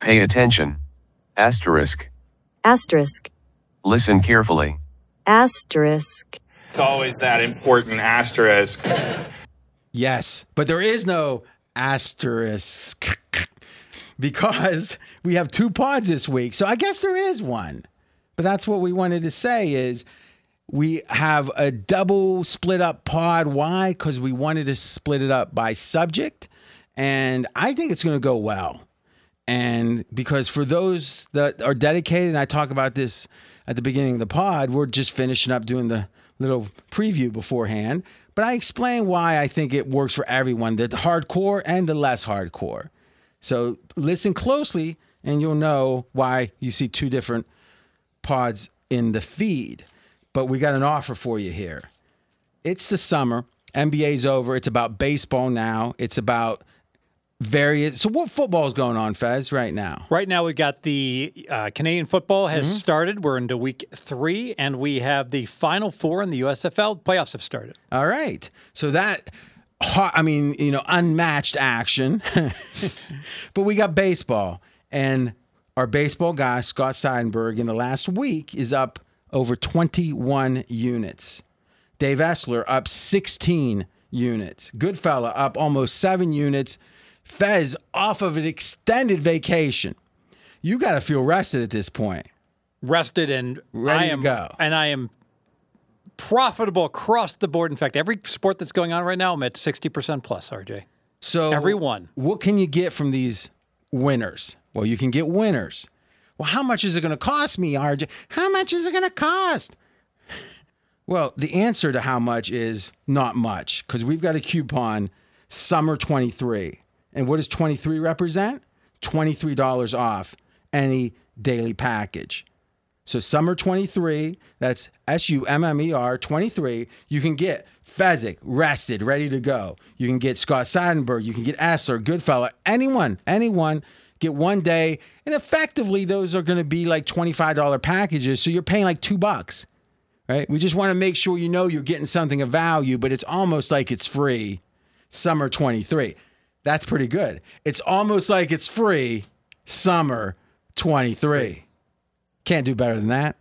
Pay attention. Asterisk. asterisk, Listen carefully. asterisk, It's always that important asterisk. Yes, but there is no asterisk because we have two pods this week. So I guess there is one. But that's what we wanted to say is we have a double split up pod. Why? Because we wanted to split it up by subject. And I think it's going to go well. And because for those that are dedicated, and I talk about this at the beginning of the pod, we're just finishing up doing the little preview beforehand. But I explain why I think it works for everyone the hardcore and the less hardcore. So listen closely, and you'll know why you see two different pods in the feed. But we got an offer for you here. It's the summer. NBA's over. It's about baseball now. It's about various. So what football's going on, Fez, right now? Right now, we got the uh, Canadian football has Mm-hmm. started. We're into week three, and we have the final four in the USFL. Playoffs have started. All right. So that, hot, I mean, you know, unmatched action. but we got baseball. And our baseball guy, Scott Seidenberg, in the last week is up over 21 units. Dave Essler up 16 units. Goodfella up almost seven units. Fez off of an extended vacation. You got to feel rested at this point. Rested and Ready I to am, go. And I am profitable across the board. In fact, every sport that's going on right now, I'm at sixty percent plus. RJ. Oh. So Everyone. what can you get from these winners? Well, you can get winners. Well, how much is it going to cost me, RJ? How much is it going to cost? Well, the answer to how much is not much because we've got a coupon summer 23. And what does 23 represent? $23 off any daily package. So summer 23, that's S U M M E R 23, you can get Fezzik, rested, ready to go. You can get Scott Seidenberg, you can get Essler, Goodfellow, anyone, anyone, get one day. And effectively, those are going to be like $25 packages. So you're paying like two bucks, right? We just want to make sure you know you're getting something of value, but it's almost like it's free summer 23. That's pretty good. It's almost like it's free summer 23. Can't do better than that.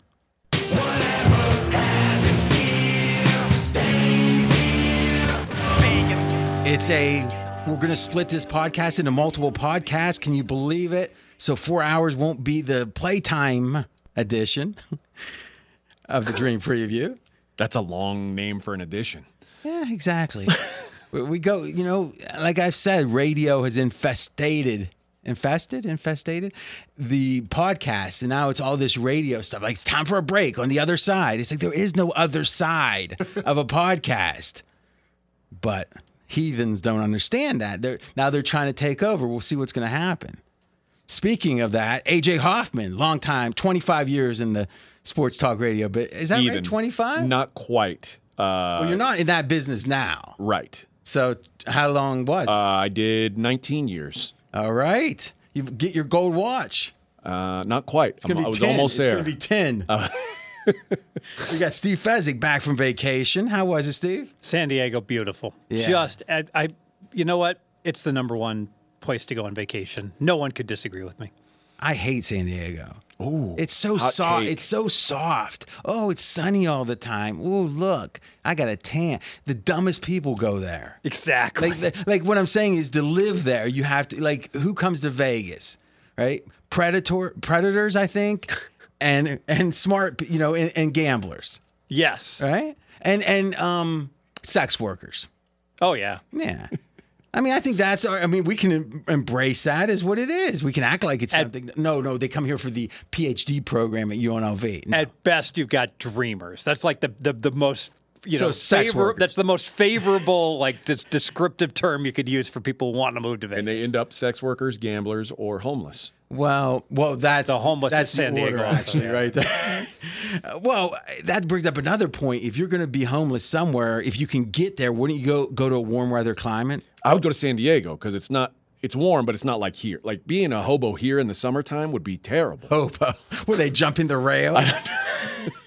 It's a we're going to split this podcast into multiple podcasts. Can you believe it? So 4 hours won't be the playtime edition of the dream preview. That's a long name for an edition. Yeah, exactly. we we go, you know, like I've said, radio has infestated, infested, infestated the podcast. And now it's all this radio stuff. Like, it's time for a break on the other side. It's like there is no other side of a podcast. But heathens don't understand that. They're, now they're trying to take over. We'll see what's going to happen. Speaking of that, AJ Hoffman, long time, 25 years in the sports talk radio. But is that right? Even. 25? Not quite. Uh, Well, you're not in that business now. right. So how long was? it? Uh, I did 19 years. All right, you get your gold watch. Uh, not quite. It's gonna I'm- be I was 10. almost It's there. Uh, gonna be ten. we got Steve Fezzik back from vacation. How was it, Steve? San Diego, beautiful. Yeah. Just, I, I, you know what? It's the number one place to go on vacation. No one could disagree with me. I hate San Diego. Oh, it's so hot soft. take. It's so soft. Oh, it's sunny all the time. Oh, look, I got a tan. The dumbest people go there. Exactly. Like, like what I'm saying is to live there, you have to like who comes to Vegas, right? Predator, predators, I think, and and smart, you know, and, and gamblers, yes. right? And and um, sex workers. Oh yeah. Yeah. I mean, I think that's. our- I mean, we can em- embrace that as what it is. We can act like it's At- something. No, no, they come here for the PhD program at UNLV. No. At best, you've got dreamers. That's like the the, the most you So know sex favor, workers. that's the most favorable like des- descriptive term you could use for people who want to move to Vegas. and they end up sex workers, gamblers, or homeless. Well, well, that's The homeless That's in San the order, Diego also, actually, yeah. right there. well, that brings up another point. If you're going to be homeless somewhere, if you can get there, wouldn't you go go to a warm weather climate? I would go to San Diego because it's not. It's warm, but it's not like here. Like being a hobo here in the summertime would be terrible. Hobo, where Oh, they jump in the rail.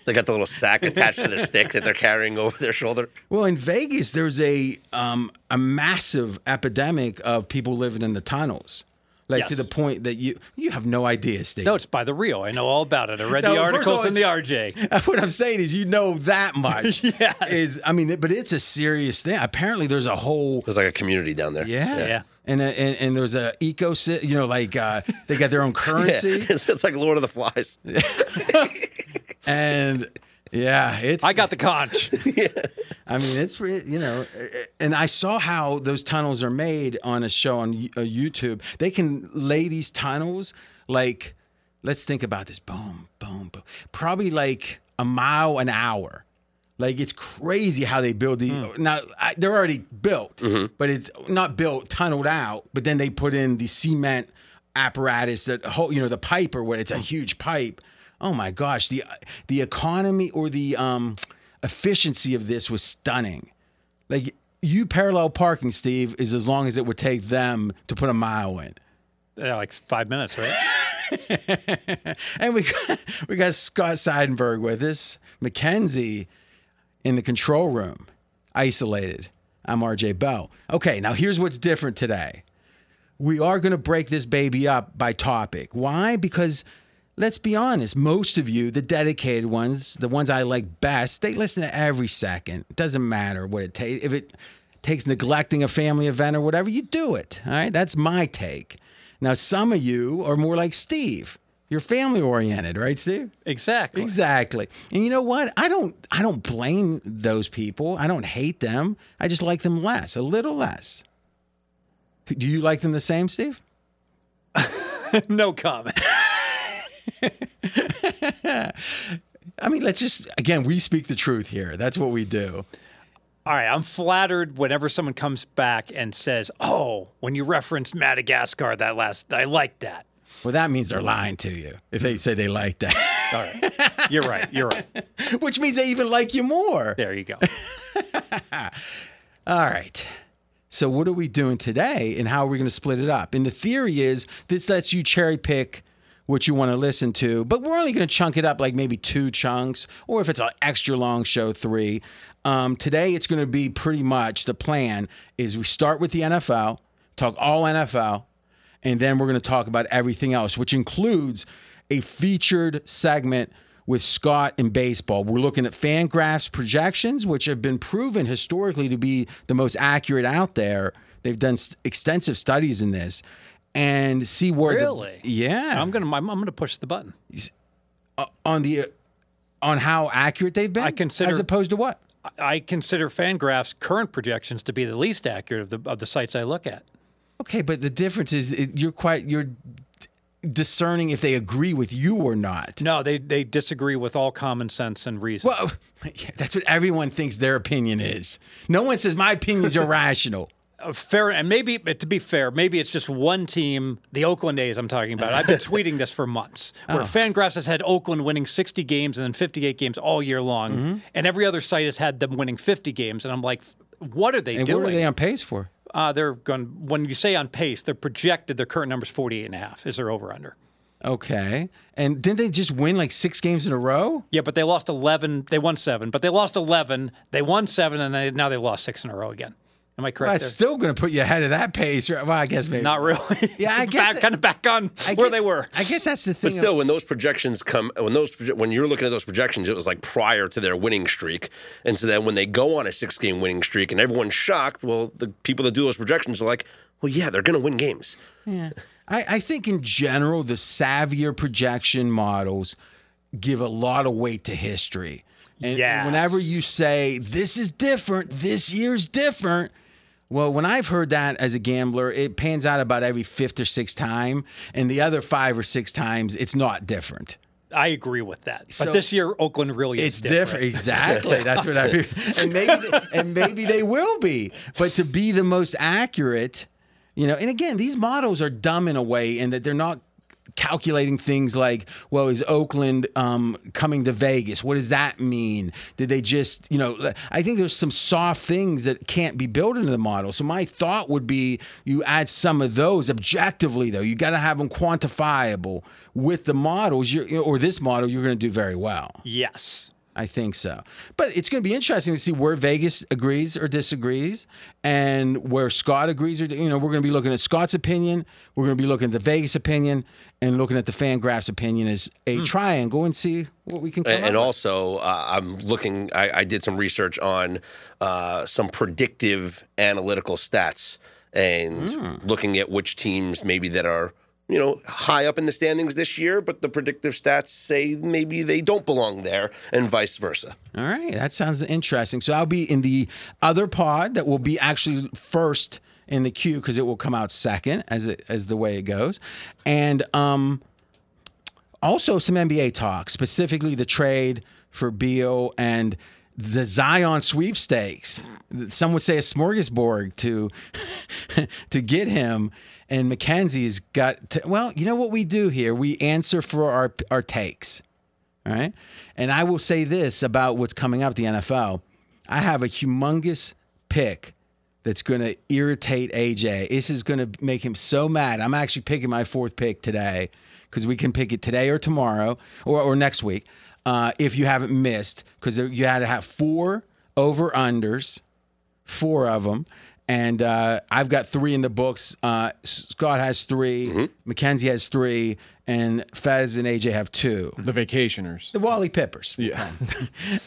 They got the little sack attached to the stick that they're carrying over their shoulder. well, in Vegas, there's a um, a massive epidemic of people living in the tunnels. Like to Yes. the point that you you have no idea, Steve. No, it's by the real. I know all about it. I read No, first the of articles all, in the it's- RJ. What I'm saying is, you know that much. Yes. Is I mean, it- but it's a serious thing. Apparently, there's a whole There's like a community down there. yeah, Yeah. and a, and, and there's a ecosystem. You know, like uh, they got their own Yeah. currency, it's, it's like Lord of the Flies. and yeah, it's. I got the conch. I mean, it's re- you know, and I saw how those tunnels are made on a show on Y- uh, YouTube. They can lay these tunnels like, let's think about this. Boom, boom, boom. Probably like a mile an hour. Like it's crazy how they build these. Now I, they're already built, but it's not built, tunneled out. But then they put in the cement apparatus, that whole, you know, the pipe or what? It's a huge pipe. Oh my gosh, the the economy or the um, efficiency of this was stunning. Like you parallel parking, Steve, is as long as it would take them to put a mile in. yeah, like five minutes, right? And we got, we got Scott Seidenberg with us, Mackenzie in the control room, isolated. I'm RJ Bell. Okay, now here's what's different today. We are going to break this baby up by topic. Why? Because let's be honest, most of you, the dedicated ones, the ones I like best, they listen to every second. It doesn't matter what it takes. If it takes neglecting a family event or whatever, you do it. All right, that's my take. Now, some of you are more like Steve. You're family oriented, right, Steve? Exactly. Exactly. And you know what? I don't I don't blame those people. I don't hate them. I just like them less, a little less. Do you like them the same, Steve? no comment. I mean, let's just again, we speak the truth here. That's what we do. All right, I'm flattered whenever someone comes back and says, "Oh, when you referenced Madagascar that last, I like that." Well, that means they're lying to you if they say they like that, All right, you're right. You're right. which means they even like you more. There you go. All right. So what are we doing today and how are we going to split it up? And the theory is this lets you cherry pick what you want to listen to, but we're only going to chunk it up like maybe two chunks, or if it's an extra long show, three. Um, today it's going to be pretty much the plan is we start with the NFL, talk all NFL, and then we're going to talk about everything else, which includes a featured segment with Scott in baseball. We're looking at fan graphs projections, which have been proven historically to be the most accurate out there. They've done s- extensive studies in this and see where the- Really? yeah Uh, I'm gonna. I'm, I'm gonna push the button. on the on how accurate they've been I consider- as opposed to what I- I consider FanGraphs' current projections to be the least accurate of the of the sites I look at. okay but the difference is it, you're quite you're discerning if they agree with you or not No, they they disagree with all common sense and reason. Well, yeah, that's what everyone thinks their opinion is. No one says my opinion's irrational. Uh, fair, and maybe but to be fair, maybe it's just one team, the Oakland A's. I'm talking about. I've been tweeting this for months. Oh. Where FanGraphs has had Oakland winning 60 games and then 58 games all year long, Mm-hmm. and every other site has had them winning 50 games. And I'm like, what are they And doing? what are they on pace for? uh, they're going. When you say on pace, they're projected. Their current number's 48 and a half. Is their over under? Okay. And didn't they just win like six games in a row? Yeah, but they lost 11. They won seven, but they lost 11. They won seven, and they, now they lost six in a row again. Am I correct? That's there? still going to put you ahead of that pace. right? Well, I guess maybe. Not really. Yeah, I It's guess back, it- kind of back on I where guess- they were. I guess that's the thing. But still, when those projections come, when those proje- when you're looking at those projections, it was like prior to their winning streak, and so then when they go on a six game winning streak, and everyone's shocked. Well, the people that do those projections are like, well, yeah, they're going to win games. I, I think in general, the savvier projection models give a lot of weight to history. And Yes. whenever you say this is different, this year's different. Well, when I've heard that as a gambler, it pans out about every fifth or sixth time, and the other five or six times, it's not different. I agree with that. But So- this year, Oakland really is It's different. Exactly. That's what I mean. And maybe and maybe they will be. But to be the most accurate, you know, and again, these models are dumb in a way in that they're not calculating things like, well, is Oakland um, coming to Vegas? What does that mean? Did they just, you know, I think there's some soft things that can't be built into the model. So my thought would be you add some of those objectively though. You got to have them quantifiable with the models you're, or this model you're going to do very well. Yes. I think so. But it's going to be interesting to see where Vegas agrees or disagrees and where Scott agrees or you know, we're going to be looking at Scott's opinion, we're going to be looking at the Vegas opinion and looking at the Fangraphs opinion as a triangle and see what we can come And, and up also, uh, I'm looking. I, I did some research on uh, some predictive analytical stats and looking at which teams maybe that are you know high up in the standings this year, but the predictive stats say maybe they don't belong there, and vice versa. All right, that sounds interesting. So I'll be in the other pod that will be actually first in the queue because it will come out second as it, as the way it goes, and um, also some NBA talk, specifically the trade for Beal and the Zion sweepstakes. Some would say a smorgasbord to to get him. And McKenzie's got to, well, you know what we do here? We answer for our our takes. All right. And I will say this about what's coming up at the NFL. I have a humongous pick that's going to irritate AJ. This is going to make him so mad. I'm actually picking my fourth pick today because we can pick it today or tomorrow or, or next week uh, if you haven't missed because you had to have four over unders four of them. And uh, I've got three in the books. Uh, Scott has 3 Mackenzie has three, and Fez and AJ have two. The vacationers. The Wally Peppers. Yeah.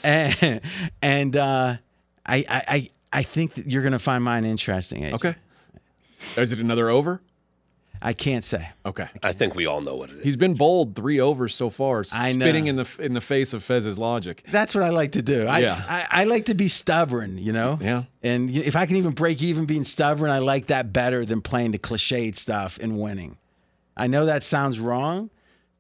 and and uh, I, I I I think that you're gonna find mine interesting. AJ. Okay. Is it another over? I can't say. Okay. I think we all know what it is. He's been bold three overs so far, I know. spitting in the in the face of Fez's logic. That's what I like to do. I, Yeah. I, I like to be stubborn, you know? Yeah. And y- if I can even break even being stubborn, I like that better than playing the cliched stuff and winning. I know that sounds wrong,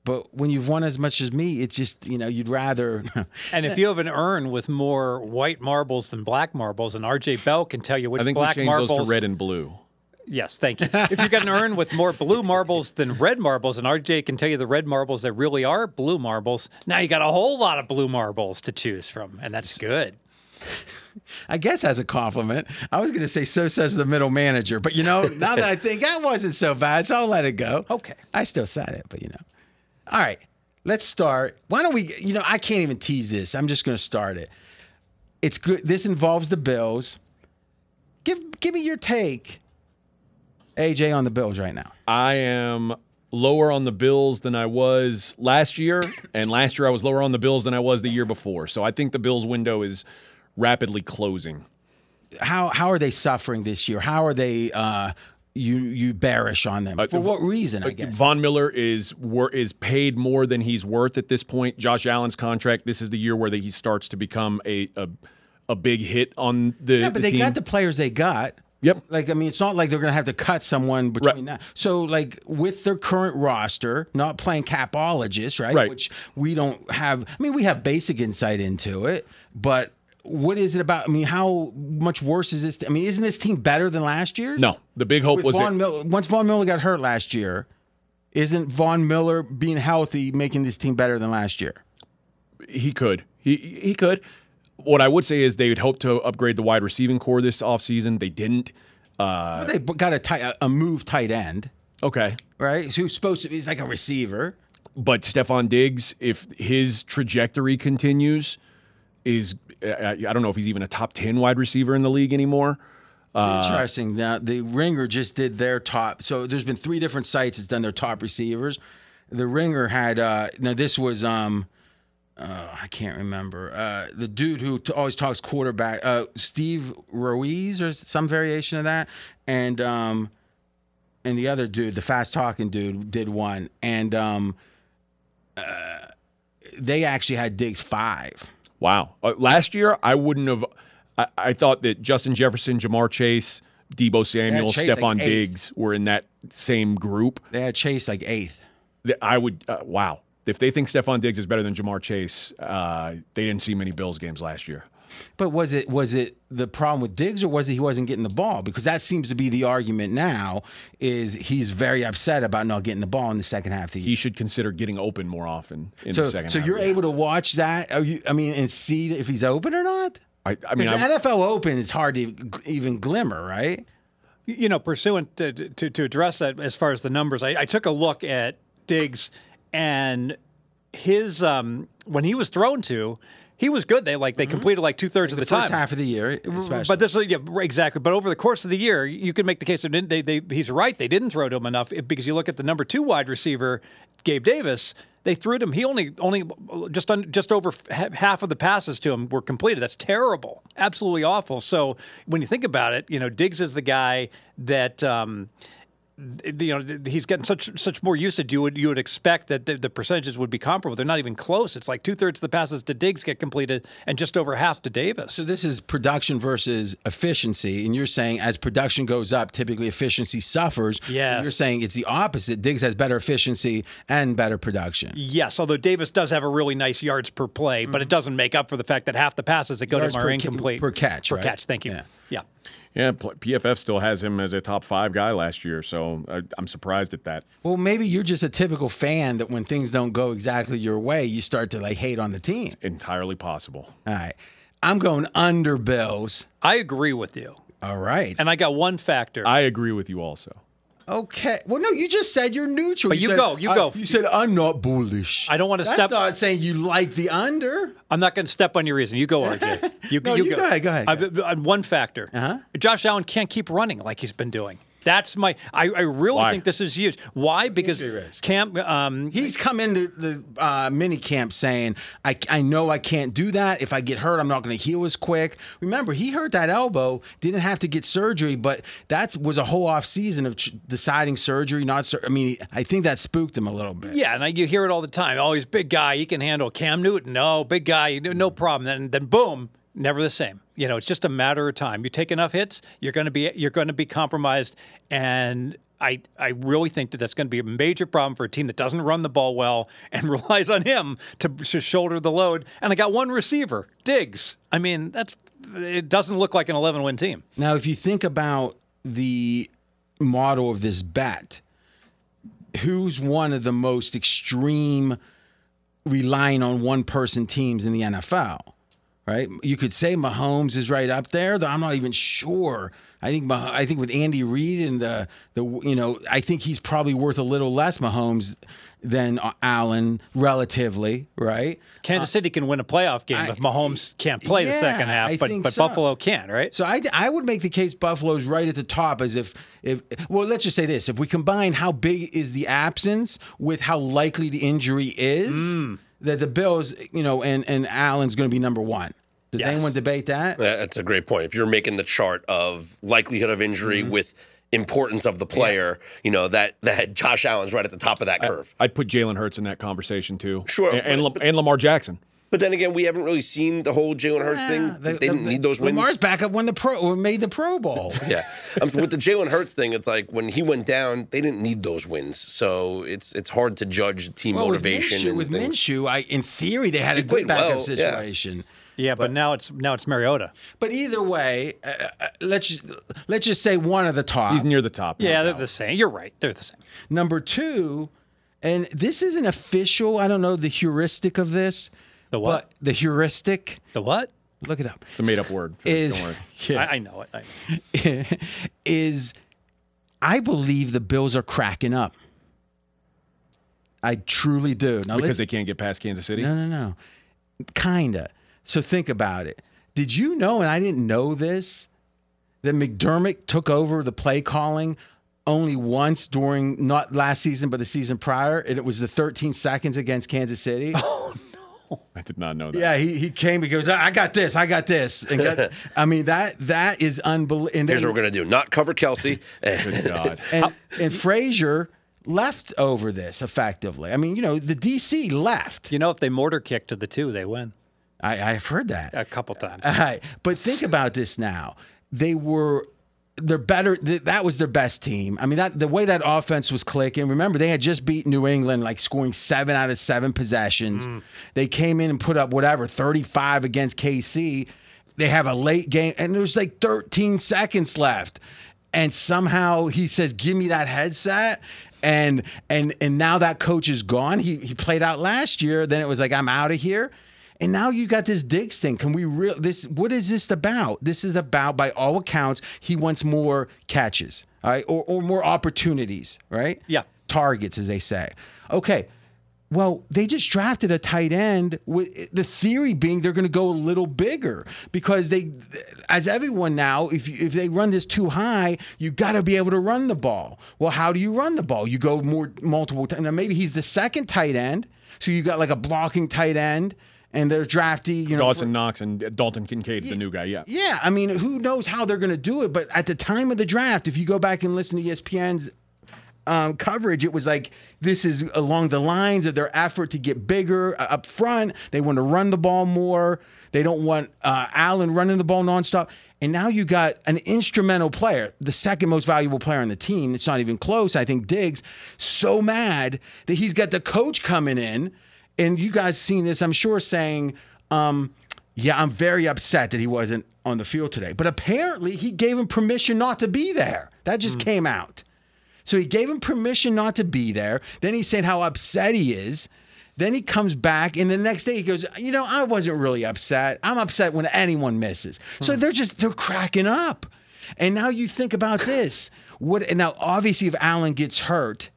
but when you've won as much as me, it's just, you know, you'd rather. And if you have an urn with more white marbles than black marbles, and RJ Bell can tell you which I think black we changed marbles. those to red and blue. yes, thank you. if you got an urn with more blue marbles than red marbles, and RJ can tell you the red marbles that really are blue marbles, now you got a whole lot of blue marbles to choose from, and that's good. I guess as a compliment. I was going to say, so says the middle manager. But, you know, now that I think that wasn't so bad, so I'll let it go. Okay. I still said it, but, you know. All right, let's start. Why don't we, you know, I can't even tease this. I'm just going to start it. It's good. This involves the Bills. Give, give me your take, AJ, on the Bills right now. I am lower on the Bills than I was last year, and last year I was lower on the Bills than I was the year before. So I think the Bills window is rapidly closing. How, how are they suffering this year? How are they, uh, you, you bearish on them? For what reason, I guess? Von Miller is wor- is paid more than he's worth at this point. Josh Allen's contract. This is the year where that he starts to become a a, a big hit on the. Yeah, but the they team. got the players they got. Yep. Like, I mean, it's not like they're going to have to cut someone between Right. now. So, like, with their current roster, not playing capologists, right? Right. Which we don't have. I mean, we have basic insight into it, but what is it about? I mean, how much worse is this? I mean, isn't this team better than last year's? no. The big hope With was Von that- Miller, once Von Miller got hurt last year, isn't Von Miller being healthy making this team better than last year? he could. He he could. What I would say is they would hope to upgrade the wide receiving core this offseason. They didn't. Uh, They got a tight, a- a move tight end, okay. right? Who's supposed to be? He's like a receiver. but Stefan Diggs, if his trajectory continues, is I, I I don't know if he's even a top ten wide receiver in the league anymore. It's interesting. Now the Ringer just did their top. So there's been three different sites that's done their top receivers. The Ringer had uh now this was um uh, I can't remember uh the dude who t- always talks quarterback uh Steve Ruiz or some variation of that and um and the other dude the fast talking dude did one and um uh, they actually had Diggs five. Wow. Uh, last year, I wouldn't have. I, I thought that Justin Jefferson, Jamar Chase, Debo Samuel, Chase, like, Stefan eighth. Diggs were in that same group. They had Chase like eighth. That I would. Uh, wow. If they think Stefan Diggs is better than Jamar Chase, uh, they didn't see many Bills games last year. But was it was it the problem with Diggs or was it he wasn't getting the ball? Because that seems to be the argument now is he's very upset about not getting the ball in the second half of the year. He should consider getting open more often in so the second so half. you're able to watch that are you, I mean and see if he's open or not? I, I mean, Because I'm, the NFL open is hard to even glimmer, right? you know, pursuant to, to, to address that as far as the numbers, I, I took a look at Diggs and his um, when he was thrown to, He was good. They like they completed like two thirds of the, First time. half of the year, especially. Mm-hmm. But this, yeah, right, exactly. But over the course of the year, you can make the case that didn't- they, they, he's right. They didn't throw to him enough because you look at the number two wide receiver, Gabe Davis. They threw to him. He only only just un, just over f- half of the passes to him were completed. That's terrible. Absolutely awful. So when you think about it, you know Diggs is the guy that. Um, you know he's gotten such such more usage. You would you would expect that the, the percentages would be comparable. They're not even close. It's like two thirds of the passes to Diggs get completed, and just over half to Davis. So this is production versus efficiency, and you're saying as production goes up, typically efficiency suffers. Yes. You're saying it's the opposite. Diggs has better efficiency and better production. Yes, although Davis does have a really nice yards per play, but it doesn't make up for the fact that half the passes that go Mm-hmm. Yards to him are per ca- incomplete. per catch, Per right? catch, thank you. Yeah. Yeah. Yeah, P- PFF still has him as a top five guy last year, so I, I'm surprised at that. Well, maybe you're just a typical fan that when things don't go exactly your way, you start to like hate on the team. Entirely possible. All right. I'm going under Bills. I agree with you. All right. And I got one factor. I agree with you also. Okay. Well, no, you just said you're neutral. But you said, go, you uh, go. You said I'm not bullish. I don't wanna That's step- Not saying you like the under. I'm not going to step on your reason. You go, RJ. You, No, you go ahead, go ahead, I- go I- on one factor. Uh-huh. Josh Allen can't keep running like he's been doing. That's my. I, I really Why? think this is huge. Why? Because Injury risk. Cam. Um, He's come into the uh, mini camp saying, I, I know I can't do that. If I get hurt, I'm not going to heal as quick. Remember, he hurt that elbow, didn't have to get surgery, but that was a whole off season of ch- deciding surgery, not sur- I mean, I think that spooked him a little bit. Yeah, and I, you hear it all the time. Oh, he's a big guy. He can handle Cam Newton. No, big guy. No, no problem. Then, then boom, never the same. You know, it's just a matter of time. You take enough hits, you're going to be you're going to be compromised. And I I really think that that's going to be a major problem for a team that doesn't run the ball well and relies on him to, to shoulder the load. And I got one receiver, Diggs. I mean, that's it doesn't look like an 11 win team. Now, if you think about the model of this bet, who's one of the most extreme relying on one person teams in the NFL? Right? You could say Mahomes is right up there, though I'm not even sure. I think Mah- I think with Andy Reid and the the you know I think he's probably worth a little less Mahomes than uh, Allen relatively, right? Kansas City can win a playoff game I- if Mahomes can't play the Yeah, second half, I but think but so. Buffalo can, right? So I, I would make the case Buffalo's right at the top as if if well let's just say this if we combine how big is the absence with how likely the injury is that the Bills you know and and Allen's going to be number one. Does Yes. anyone debate that? That- That's a great point. If you're making the chart of likelihood of injury with importance of the player, you know that that Josh Allen's right at the top of that curve. I'd put Jalen Hurts in that conversation too. Sure, and and, but- Lam- and Lamar Jackson. But then again, we haven't really seen the whole Jalen Hurts thing. The- they didn't the- need those wins. Lamar's backup won the pro or made the Pro Bowl. yeah, um, with the Jalen Hurts thing, it's like when he went down, they didn't need those wins. So it's it's hard to judge team well, motivation. and with Minshew, with things. Minshew, I in theory they had a good played backup well, yeah. situation. Yeah, but, now it's now it's Mariota. But either way, uh, uh, let's just, let's just say one of the top. He's near the top. no Yeah, they're doubt. the same. You're right. They're the same. Number two, and this isn't official. I don't know the heuristic of this. The what? But the heuristic. The what? Look it up. it's a made up word. Phil, Is Don't worry. yeah, I, I know it. I, is I believe the Bills are cracking up. I truly do. Now Because let's- they can't get past Kansas City. no, no, no. Kinda. So think about it. Did you know, and I didn't know this, that McDermott took over the play calling only once during not last season, but the season prior, and it was the 13 seconds against Kansas City. Oh. I did not know that. yeah, he, he came. He goes, I got this, I got this, and got, I mean that that is unbelievable. Here's what we're gonna do: not cover Kelsey. eh, Good God. and, and Frazier left over this effectively. I mean, you know, the DC left. you know, if they mortar kick to the two, they win I, I've heard that. a couple times. All right, but think about this now. They were they're better. th- That was their best team. I mean, that the way that offense was clicking. Remember, they had just beat New England, like scoring seven out of seven possessions. They came in and put up whatever thirty five against KC. They have a late game, and there's like thirteen seconds left, and somehow he says, "Give me that headset." And and and now that coach is gone. He he played out last year. Then it was like, "I'm out of here." And now you got this Diggs thing. Can we real this? What is this about? This is about, by all accounts, he wants more catches, all right, or, or more opportunities, right? Yeah. targets, as they say. Okay, Well, they just drafted a tight end with the theory being they're going to go a little bigger because they, as everyone now, if you, if they run this too high, you got to be able to run the ball. Well, how do you run the ball? You go more multiple times. Now maybe he's the second tight end, so you got like a blocking tight end, and they're drafty. You know, Dawson Knox and Dalton Kincaid's the new guy. Yeah. yeah, I mean, who knows how they're going to do it? But at the time of the draft, if you go back and listen to E ESPN's um, coverage, it was like this is along the lines of their effort to get bigger uh, up front. They want to run the ball more. They don't want uh, Allen running the ball nonstop. And now you got an instrumental player, the second most valuable player on the team. It's not even close. I think Diggs so mad that he's got the coach coming in, and you guys seen this, I'm sure, saying. Um, yeah, I'm very upset that he wasn't on the field today. But apparently, he gave him permission not to be there. That just came out. So he gave him permission not to be there. Then he said how upset he is. Then he comes back, and the next day he goes, You know, I wasn't really upset. I'm upset when anyone misses. So they're just, they're cracking up. And now you think about this. What, and now, obviously, if Allen gets hurt,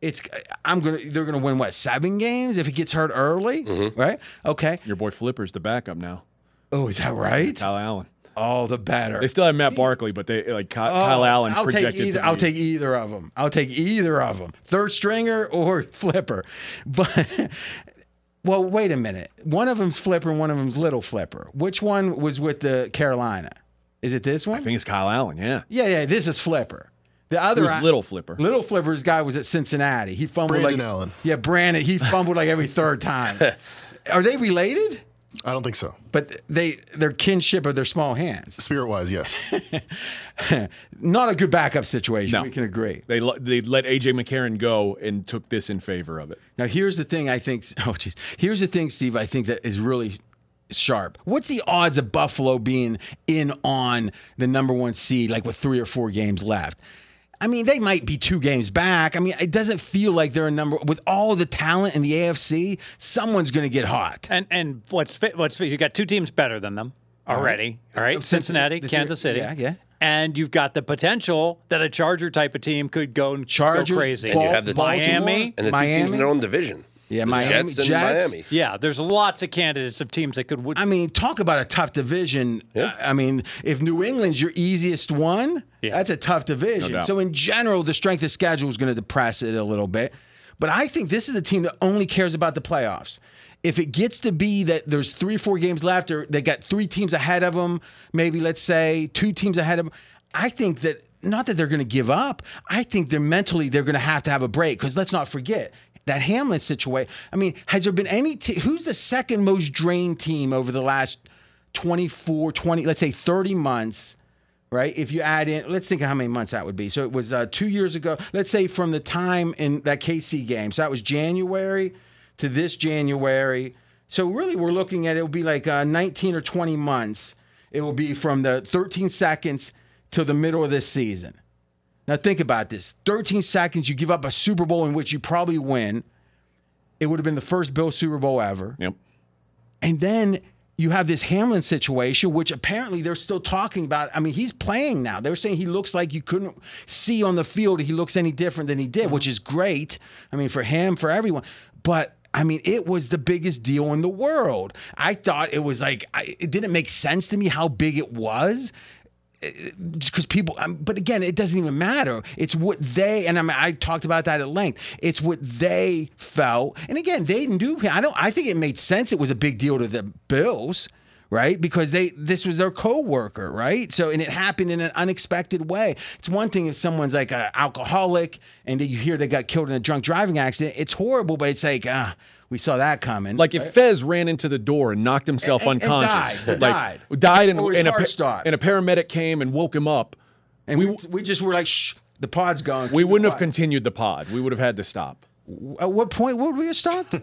it's, I'm going to, they're going to win what, seven games if he gets hurt early? Right? Okay. Your boy Flipper's the backup now. Oh, is that right? Kyle Allen. All the better. They still have Matt Barkley, but they like Ky- Kyle Oh, Allen's I'll projected Take either, to I'll be- take either of them. I'll take either of them. Third stringer or flipper. But well, wait a minute. One of them's flipper and one of them's little flipper. Which one was with the Carolina? Is it this one? I think it's Kyle Allen. Yeah. yeah, yeah, this is flipper. The He other was I- little Flipper. Little Flipper's guy was at Cincinnati. He fumbled Brandon like Allen. Yeah, Brandon. He fumbled like every third time. Are they related? I don't think so. But they their kinship of their small hands. Spirit wise, yes. Not a good backup situation. No. We can agree. They lo- they let AJ McCarron go and took this in favor of it. Now here's the thing I think oh jeez. Here's the thing, Steve, I think that is really sharp. What's the odds of Buffalo being in on the number one seed, like with three or four games left? I mean, they might be two games back. I mean, it doesn't feel like they're a number with all the talent in the AFC, someone's gonna get hot. And and what's fit, what's fit, you got two teams better than them already. All right, Cincinnati, the- Kansas City. yeah, yeah. And you've got the potential that a Charger type of team could go and Chargers, go crazy. And you have the Miami. And the two teams in their own division. Yeah, the Miami Jets and Jets. Miami. Yeah, there's lots of candidates of teams that could. Would, I mean, talk about a tough division. I I mean, if New England's your easiest one, that's a tough division. No doubt. so in general, the strength of schedule is going to depress it a little bit. But I think this is a team that only cares about the playoffs. If it gets to be that there's three, four games left, or they got three teams ahead of them, maybe let's say two teams ahead of them, I think that not that they're going to give up. I think they're mentally they're going to have to have a break because let's not forget that Hamlin situation. I mean, has there been any? T- who's the second most drained team over the last 24, 20, let's say 30 months? right? If you add in, let's think of how many months that would be. So it was uh, two years ago. Let's say from the time in that KC game. So that was January to this January. So really, we're looking at it will be like uh, 19 or 20 months. It will be from the 13 seconds till the middle of this season. Now think about this: 13 seconds, you give up a Super Bowl in which you probably win. It would have been the first Bill Super Bowl ever. Yep. And then you have this Hamlin situation, which apparently they're still talking about. I mean, he's playing now. They're saying he looks like you couldn't see on the field he looks any different than he did, which is great. I mean, for him, for everyone. But I mean, it was the biggest deal in the world. I thought it was like, I, it didn't make sense to me how big it was because people um, but again it doesn't even matter it's what they and I, mean, I talked about that at length it's what they felt and again they knew i don't i think it made sense it was a big deal to the bills right because they this was their coworker right so and it happened in an unexpected way it's one thing if someone's like an alcoholic and then you hear they got killed in a drunk driving accident it's horrible but it's like ah we saw that coming Like if Fez ran into the door and knocked himself And- and unconscious, died. like Died. and, Or his and, a, heart pa- stopped. and a paramedic came and woke him up, and we, we just were like shh the pod's gone we wouldn't have Keep it continued the pod. We would have had to stop. quiet. at what point would we have stopped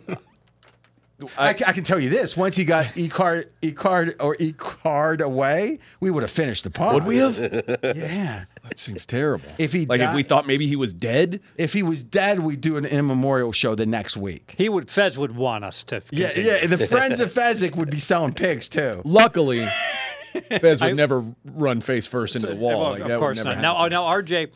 I, I can tell you this: once he got e card, e card, or e card away, we would have finished the pod. Would we have? Yeah. That seems terrible. If he like, if died- we thought maybe he was dead, If he was dead, we'd do an in memorial show the next week. he would Fez would want us to. Yeah, Continue. yeah. The friends of Fezzik would be selling pigs too. luckily, Fez would never run face first into So- the wall. well, Like, that of would course never not. Now, happen. oh, now RJ,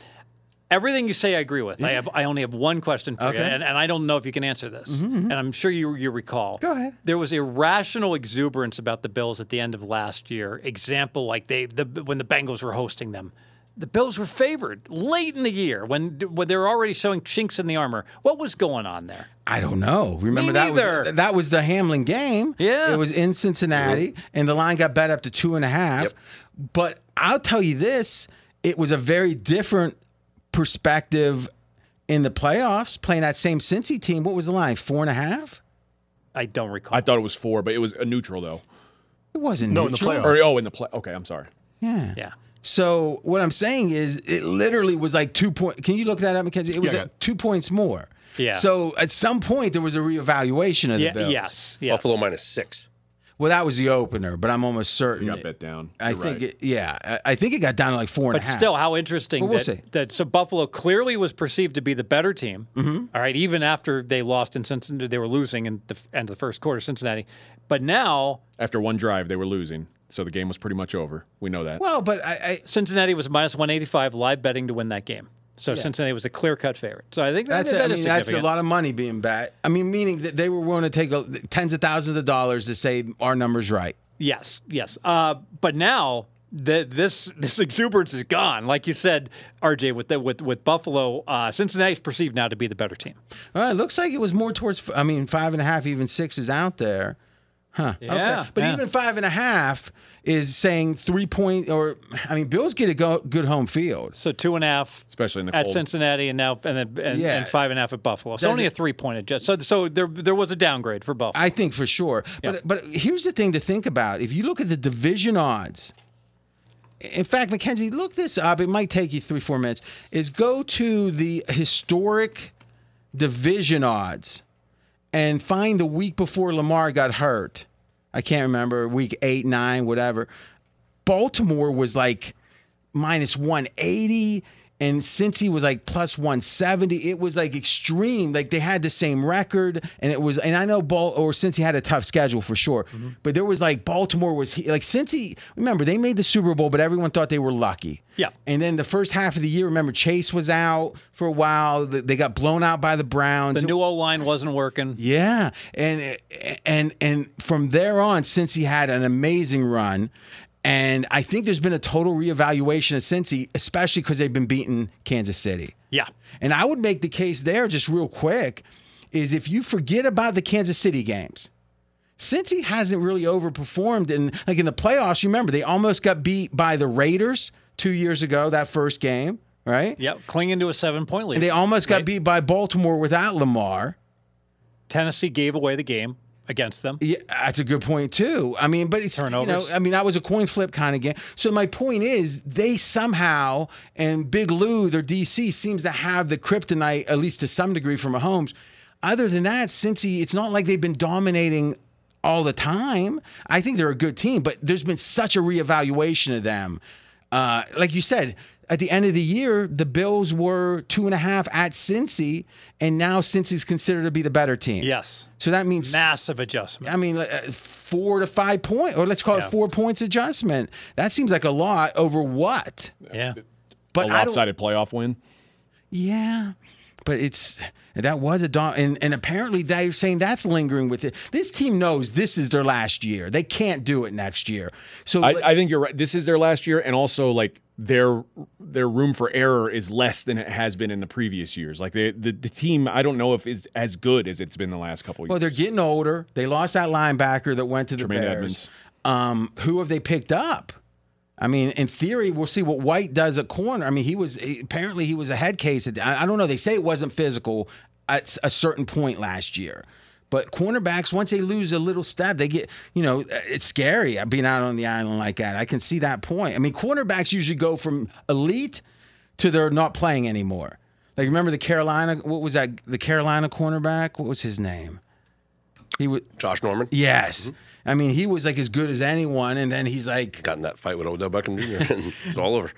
Everything you say, I agree with. I have. I only have one question for you, Okay. and, and I don't know if you can answer this. Mm-hmm, And I'm sure you you recall. Go ahead. There was irrational exuberance about the Bills at the end of last year. Example, like they the when the Bengals were hosting them, the Bills were favored late in the year when when they were already showing chinks in the armor. What was going on there? I don't know. Remember Me that neither. was that was the Hamlin game. Yeah. it was in Cincinnati, and the line got bet up to two and a half. But I'll tell you this: it was a very different perspective in the playoffs playing that same Cincy team. What was the line? Four and a half? I don't recall. I thought it was four, but it was a neutral though. It wasn't No, in the neutral. playoffs. Or oh, in the play. Okay, I'm sorry. Yeah. yeah. So what I'm saying is, it literally was like two point. Can you look that up, Mackenzie? It was Yeah, like yeah. two points more. Yeah. So at some point there was a reevaluation of the Yeah. Bills. Yes. Yes. Buffalo minus six. Well, that was the opener, but I'm almost certain. You got bet down. I You're think right. it, yeah, I, I think it got down to like four and a But half. still, how interesting But we'll that, see. that so Buffalo clearly was perceived to be the better team. Mm-hmm. all right, even after they lost in Cincinnati, they were losing in the f- end of the first quarter, Cincinnati. But now after one drive they were losing, so the game was pretty much over. We know that. well, but I, I Cincinnati was minus one eighty five live betting to win that game. So Cincinnati was a clear cut favorite. So I think that, that's that I is mean, that's a significant. lot of money being bet. I mean, meaning that they were willing to take a, tens of thousands of dollars to say our numbers right. Yes, yes. Uh, but now the, this this exuberance is gone. Like you said, RJ, with the, with with Buffalo, uh, Cincinnati's perceived now to be the better team. All right, looks like it was more towards. I mean, five and a half, even six is out there. Huh. Yeah, But yeah. even five and a half is saying three point or I mean, Bills get a go, good home field. So two and a half, Especially in the at cold. Cincinnati, and now and then and, Yeah. and five and a half at Buffalo. So Does only it- a three point adjust. So so there there was a downgrade for Buffalo. I think for sure. But but here's the thing to think about: if you look at the division odds, in fact, Mackenzie, look this up. It might take you three four minutes. Is go to the historic division odds and find the week before Lamar got hurt. I can't remember week eight nine whatever. Baltimore was like minus 180 and Cincy was like plus 170. It was like extreme. Like they had the same record and it was and I know Bal or Cincy had a tough schedule for sure. Mm-hmm. But there was like Baltimore was he- like Cincy, remember they made the Super Bowl but everyone thought they were lucky. Yeah. And then the first half of the year remember Chase was out for a while. Th- They got blown out by the Browns. the new O line wasn't working. Yeah, and and and from there on, Cincy had an amazing run, and I think there's been a total reevaluation of Cincy, especially because they've been beating Kansas City. Yeah. And I would make the case there, just real quick, is if you forget about the Kansas City games, Cincy hasn't really overperformed. And like in the playoffs, remember they almost got beat by the Raiders two years ago that first game, right? Yep, clinging to a seven point lead. They almost got beat by Baltimore without Lamar. Tennessee gave away the game against them. Yeah, that's a good point too. I mean, but it's you know, Turnovers. I mean, that was a coin flip kind of game. So my point is, they somehow and Big Lou, their DC, seems to have the kryptonite at least to some degree from Mahomes. Other than that, Cincy, it's not like they've been dominating all the time. I think they're a good team, but there's been such a reevaluation of them. Uh, like you said, at the end of the year, the Bills were two and a half at Cincy, and now Cincy's considered to be the better team. Yes, So that means massive adjustment. I mean, uh, four to five point, or let's call Yeah. it four points adjustment. That seems like a lot over what? Yeah, But a I don't. lopsided playoff win. Yeah, but it's that was a dom, and, and apparently they're saying that's lingering with it. This team knows this is their last year. They can't do it next year. So I, like, I think you're right. This is their last year, and also like their their room for error is less than it has been in the previous years. Like the the, the team, I don't know if is as good as it's been the last couple of well, years. they're getting older. They lost that linebacker that went to the Tremaine Bears. Um, who have they picked up? I mean, in theory, we'll see what White does at corner. I mean, he was apparently he was a head case. At, I I don't know. They say it wasn't physical at s- a certain point last year, but cornerbacks once they lose a little step, they get you know it's scary being out on the island like that. I can see that point. I mean, cornerbacks usually go from elite to they're not playing anymore. Like remember the Carolina? What was that? The Carolina cornerback? What was his name? He was Josh Norman yes. I mean, he was like as good as anyone, and then he's like got in that fight with Odell Beckham Jr. and it's all over.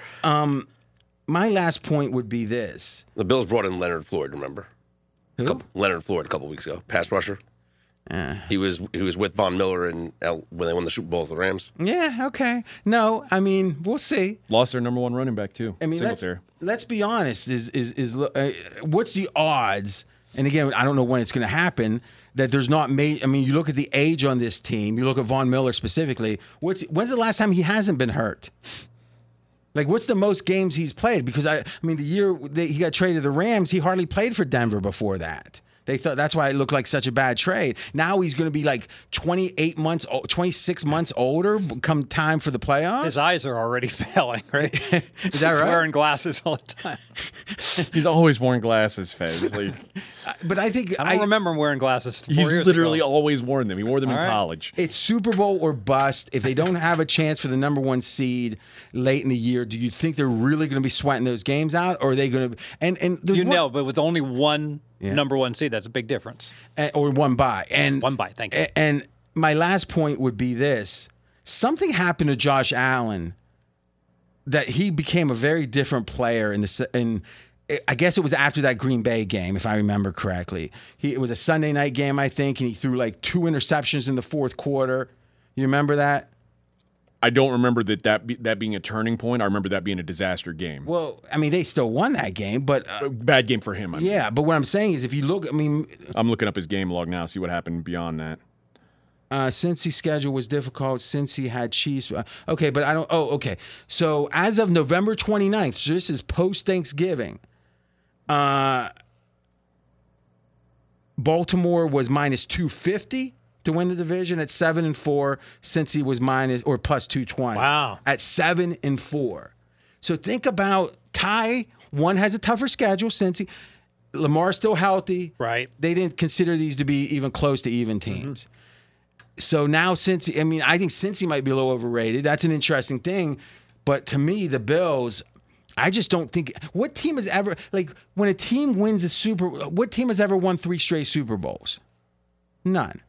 my last point would be this. The Bills brought in Leonard Floyd. Remember Who? Leonard Floyd a couple weeks ago, pass rusher. He was he was with Von Miller and L, when they won the Super Bowl with the Rams. Yeah, okay. No, I mean, we'll see. Lost their number one running back too. I mean, let's, Singletary. let's be honest. Is is is uh, what's the odds? And again, I don't know when it's going to happen. That there's not made. I mean, you look at the age on this team. You look at Von Miller specifically. What's when's the last time he hasn't been hurt? Like, what's the most games he's played? Because I, I mean, the year that he got traded to the Rams, he hardly played for Denver before that. They thought that's why it looked like such a bad trade. Now he's going to be like 28 months, o- 26 months older come time for the playoffs. His eyes are already failing, right? Is that He's right? wearing glasses all the time. He's always worn glasses, Fez. Like, But I think I don't remember him wearing glasses. Four he's years literally ago. always worn them. He wore them in All right. college. It's Super Bowl or bust. If they don't have a chance for the number one seed late in the year, do you think they're really going to be sweating those games out, or are they going to? And and there's You one, know, but with only one number one seed, that's a big difference. eh, or one bye and One bye, thank you. a- And my last point would be this: something happened to Josh Allen that he became a very different player in the se- in. I guess it was after that Green Bay game, if I remember correctly. He, it was a Sunday night game, I think, and he threw like two interceptions in the fourth quarter. You remember that? I don't remember that that be, that being a turning point. I remember that being a disaster game. Well, I mean, they still won that game, but uh, Bad game for him. I mean. yeah. But what I'm saying is, if you look, I mean, I'm looking up his game log now, see what happened beyond that. uh, since his schedule was difficult, since he had Chiefs. Uh, okay, but I don't. Oh, okay. So as of November 29th, so this is post Thanksgiving. Uh, Baltimore was minus 250 to win the division at seven and four. Since he was minus or plus 220. Wow. At seven and four. So think about Ty. One has a tougher schedule since he. Lamar's still healthy Right. they didn't consider these to be even close to even teams. So now, since I mean, I think Cincy might be a little overrated. That's an interesting thing, but to me, the Bills, I just don't think what team has ever like when a team wins a Super. What team has ever won three straight Super Bowls? None,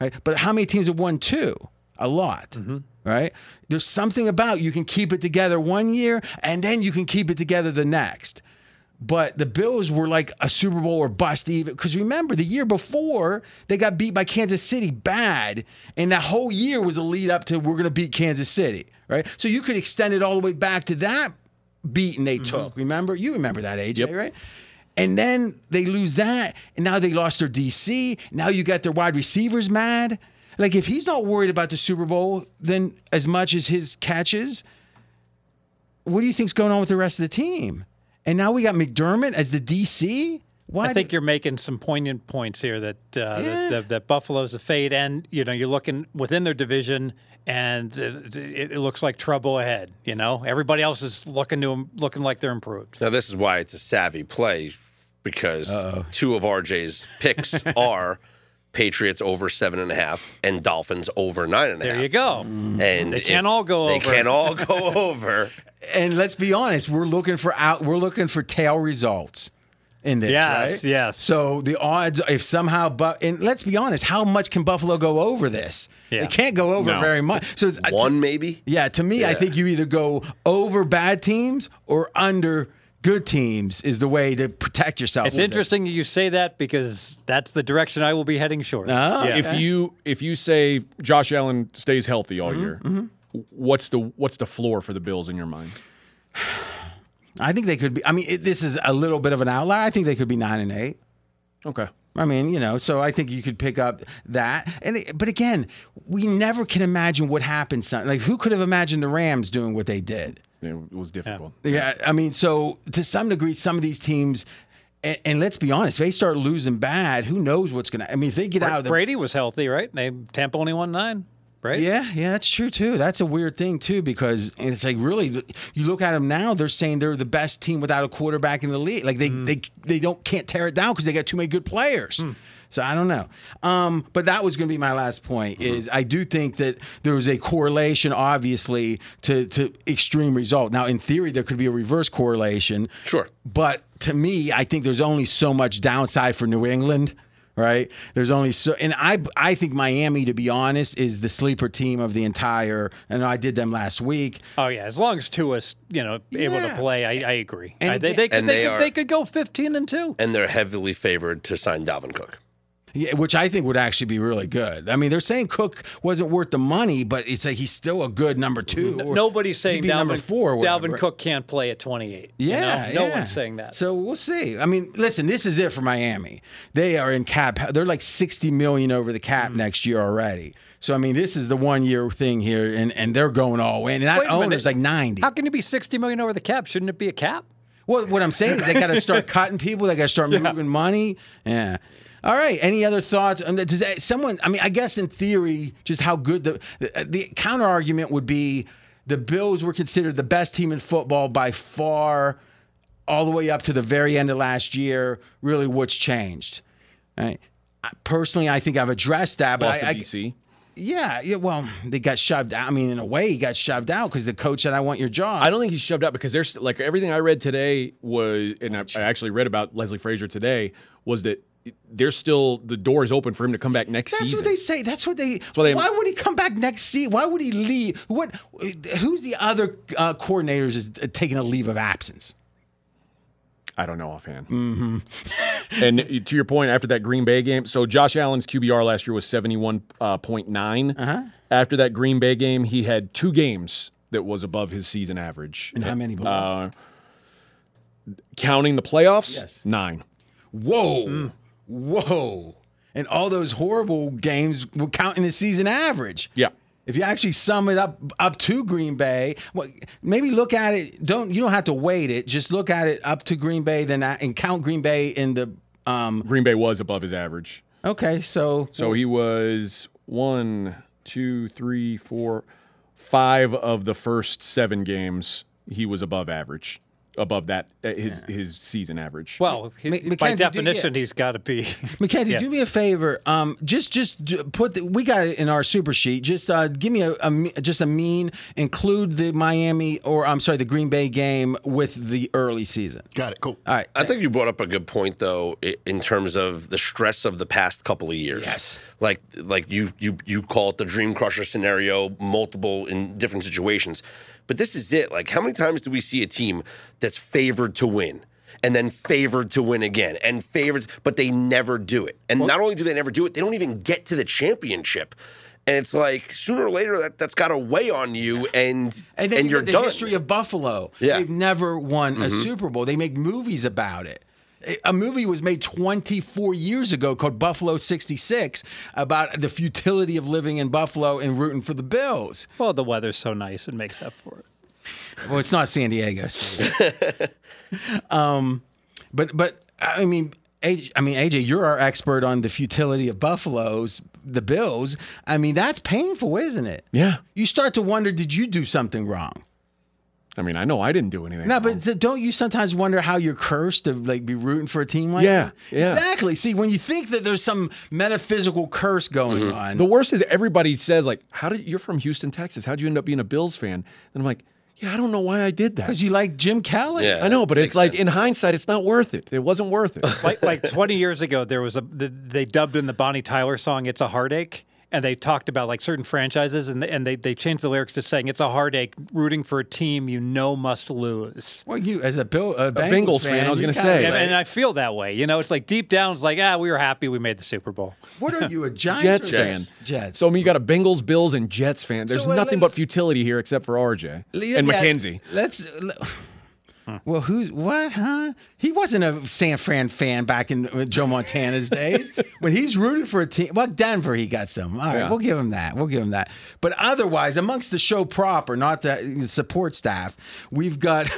right? But how many teams have won two? A lot, right? There's something about you can keep it together one year, and then you can keep it together the next but the Bills were like a Super Bowl or bust even because remember the year before they got beat by Kansas City bad, and that whole year was a lead up to we're gonna beat Kansas City, right? So you could extend it all the way back to that beating they Mm-hmm. took. Remember, you remember that AJ, right? And then they lose that, and now they lost their DC. Now you got their wide receivers mad. Like if he's not worried about the Super Bowl, then as much as his catches, what do you think's going on with the rest of the team? And now we got McDermott as the DC. Why? I think you're making some poignant points here that uh, Yeah. that, that, that Buffalo's a fade, and you know you're looking within their division, and it, it, it looks like trouble ahead. You know, everybody else is looking to looking like they're improved. Now this is why it's a savvy play because two of RJ's picks are Patriots over seven and a half and Dolphins over nine and a half. There you go. Mm-hmm. And they can't all go they over. can't all go over. and let's be honest, we're looking for out. We're looking for tail results in this. Yes, right? yes. So the odds, if somehow, but and let's be honest, how much can Buffalo go over this? Yeah. They can't go over No. very much. So it's, uh, One maybe. yeah, to me, I think you either go over bad teams or under good teams is the way to protect yourself. It's with it. interesting that you say that because that's the direction I will be heading shortly. Oh, Yeah. If you if you say Josh Allen stays healthy all year, what's the what's the floor for the Bills in your mind? I think they could be. I mean, it, this is a little bit of an outlier. I think they could be nine and eight. Okay. I mean, you know, so I think you could pick up that. And it- but again, we never can imagine what happened. Son. Like who could have imagined the Rams doing what they did? It was difficult. Yeah, I mean, so to some degree, some of these teams, and, and let's be honest, if they start losing bad. Who knows what's gonna? I mean, if they get out of the Brady was healthy, right? They Tampa only won nine, right? Yeah, yeah, that's true too. That's a weird thing too because it's like really, you look at them now. They're saying they're the best team without a quarterback in the league. Like they they they don't can't tear it down because they got too many good players. So I don't know. Um, but that was going to be my last point. Is I do think that there was a correlation, obviously, to to extreme result. Now, in theory, there could be a reverse correlation. Sure. But to me, I think there's only so much downside for New England, right? There's only so, and I I think Miami, to be honest, is the sleeper team of the entire. And I did them last week. Oh yeah, as long as Tua's you know able to Yeah. play, I, I agree. And I- again- they, they, could, And they, they could, are- they could go fifteen and two. And they're heavily favored to sign Dalvin Cook. Yeah, which I think would actually be really good. I mean, they're saying Cook wasn't worth the money, but it's like he's still a good number two. or Nobody's saying he'd be number Dalvin, four. or Dalvin whatever. Cook can't play at 28. you know? Yeah, No yeah. one's saying that. So we'll see. I mean, listen, this is it for Miami. They are in cap. They're like sixty million over the Hmm. cap next year already. So I mean, this is the one year thing here, and, and they're going all in. And that Wait a minute. owner's like ninety. How can it be 60 million over the cap? Shouldn't it be a cap? Well, what I'm saying is they got to start cutting people. They got to start moving money. Yeah. All right. Any other thoughts? Um, Does that, someone? I mean, I guess in theory, just how good the the, uh, the counter argument would be: the Bills were considered the best team in football by far, all the way up to the very end of last year. Really, what's changed? All right. I- Personally, I think I've addressed that, but Lost I, to I, DC. yeah, yeah. Well, they got shoved out. I mean, in a way, he got shoved out because the coach said, "I want your job." I don't think he's shoved out because there's like everything I read today was, and I, I actually read about Leslie Frazier today was that there's still the door is open for him to come back next That's season. what they say. That's what they. what they- why would he come back next season? Why would he leave? What? Who's the other uh, coordinators is taking a leave of absence? I don't know offhand. Mm-hmm. and to your point, after that Green Bay game, so Josh Allen's QBR last year was 71.9. Uh-huh. After that Green Bay game, he had two games that was above his season average. And how many? Uh, counting the playoffs, Yes. nine. whoa, Mm. whoa! And all those horrible games were counting the season average. Yeah. If you actually sum it up up to Green Bay, well, maybe look at it. Don't you don't have to weight it. Just look at it up to Green Bay, then I- and count Green Bay in the. Um, Green Bay was above his average. okay, so So he was one, two, three, four, five of the first seven games. He was above average, above that uh, his his season average. Well, he- M- by Mackenzie, do- definition, he's got to be. Mackenzie, do me a favor. Um, just just d- put the, we got it in our super sheet. Just uh, give me a, a me- just a mean. Include the Miami or I'm sorry, the Green Bay game with the early season. Got it. Cool. All right. I think you brought up a good point though, i- in terms of the stress of the past couple of years. Yes. like like you you you call it the dream crusher scenario, multiple in different situations. But this is it. Like, how many times do we see a team that's favored to win? And then favored to win again, and favored, but they never do it. And not only do they never do it, they don't even get to the championship. And it's like sooner or later that that's got to weigh on you, and And and, then you you're look at the done. history of Buffalo. Yeah. Mm-hmm. They've never won a Super Bowl. They make movies about it. A- A movie was made 24 years ago called Buffalo 66 about the futility of living in Buffalo and rooting for the Bills. well, the weather's so nice, it makes up for it. Well, it's not San Diego. so- um, but but I mean, AJ, I mean AJ, you're our expert on the futility of Buffalo's the Bills. I mean, that's painful, isn't it? yeah. You start to wonder, did you do something wrong? I mean, I know I didn't do anything. No, wrong. but th- don't you sometimes wonder how you're cursed to like be rooting for a team like Yeah, that? yeah. exactly. See, when you think that there's some metaphysical curse going on, Mm-hmm. the worst is everybody says like, "How did you're from Houston, Texas? How'd you end up being a Bills fan?" And I'm like, "Yeah, I don't know why I did that." because you like Jim Kelly, Yeah. I know, but it's Makes like sense. in hindsight, it's not worth it. It wasn't worth it. like like 20 years ago there was a the, they dubbed in the bonnie tyler song it's a heartache and they talked about like certain franchises and, and they, they changed the lyrics to saying it's a heartache rooting for a team you know must lose Well, you as a Bill a Bengals, Bengals fan, I was you gonna gotta say. and, like- and i feel that way you know it's like deep down it's like ah we were happy we made the super bowl What are you, a Giants Jets or fan. Jets? Jets. So I mean, you got a Bengals, Bills, and Jets fan. There's So, well, nothing let- but futility here, except for RJ Yeah, and yeah, McKenzie. Let's. le- Well, who's what, huh? He wasn't a San Fran fan back in uh, Joe Montana's days. when he's rooted for a team, well, Denver, he got some. All right, Yeah. we'll give him that. We'll give him that. But otherwise, amongst the show proper, not the the support staff, we've got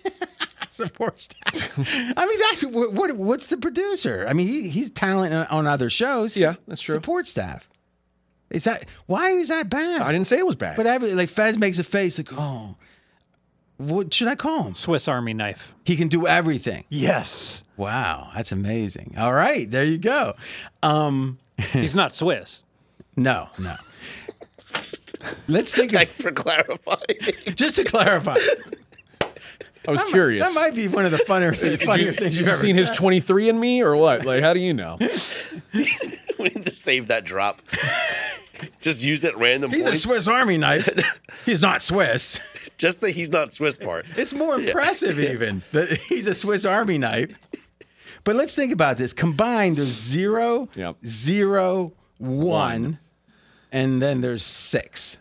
support staff. I mean, that's what, what what's the producer? I mean, he he's talent on, on other shows. Yeah, that's true. Support staff. Is that why is that bad? I didn't say it was bad. But every like Fez makes a face like, oh, what should I call him? swiss army knife He can do everything. yes Wow, that's amazing. All right, there you go. Um, he's not swiss no, no. Let's think. Of, Thanks for clarifying. just to clarify, I was curious. that might be one of the funnier, funnier things you've You've ever seen said. his 23 and me or what? Like, how do you know? we need to save that drop. Just use it random He's a points. Swiss Army knife. He's not Swiss. Just the he's not Swiss part. It's more impressive even that he's a Swiss Army knife. But let's think about this. Combined, there's zero, Yep. zero, one, and then there's six.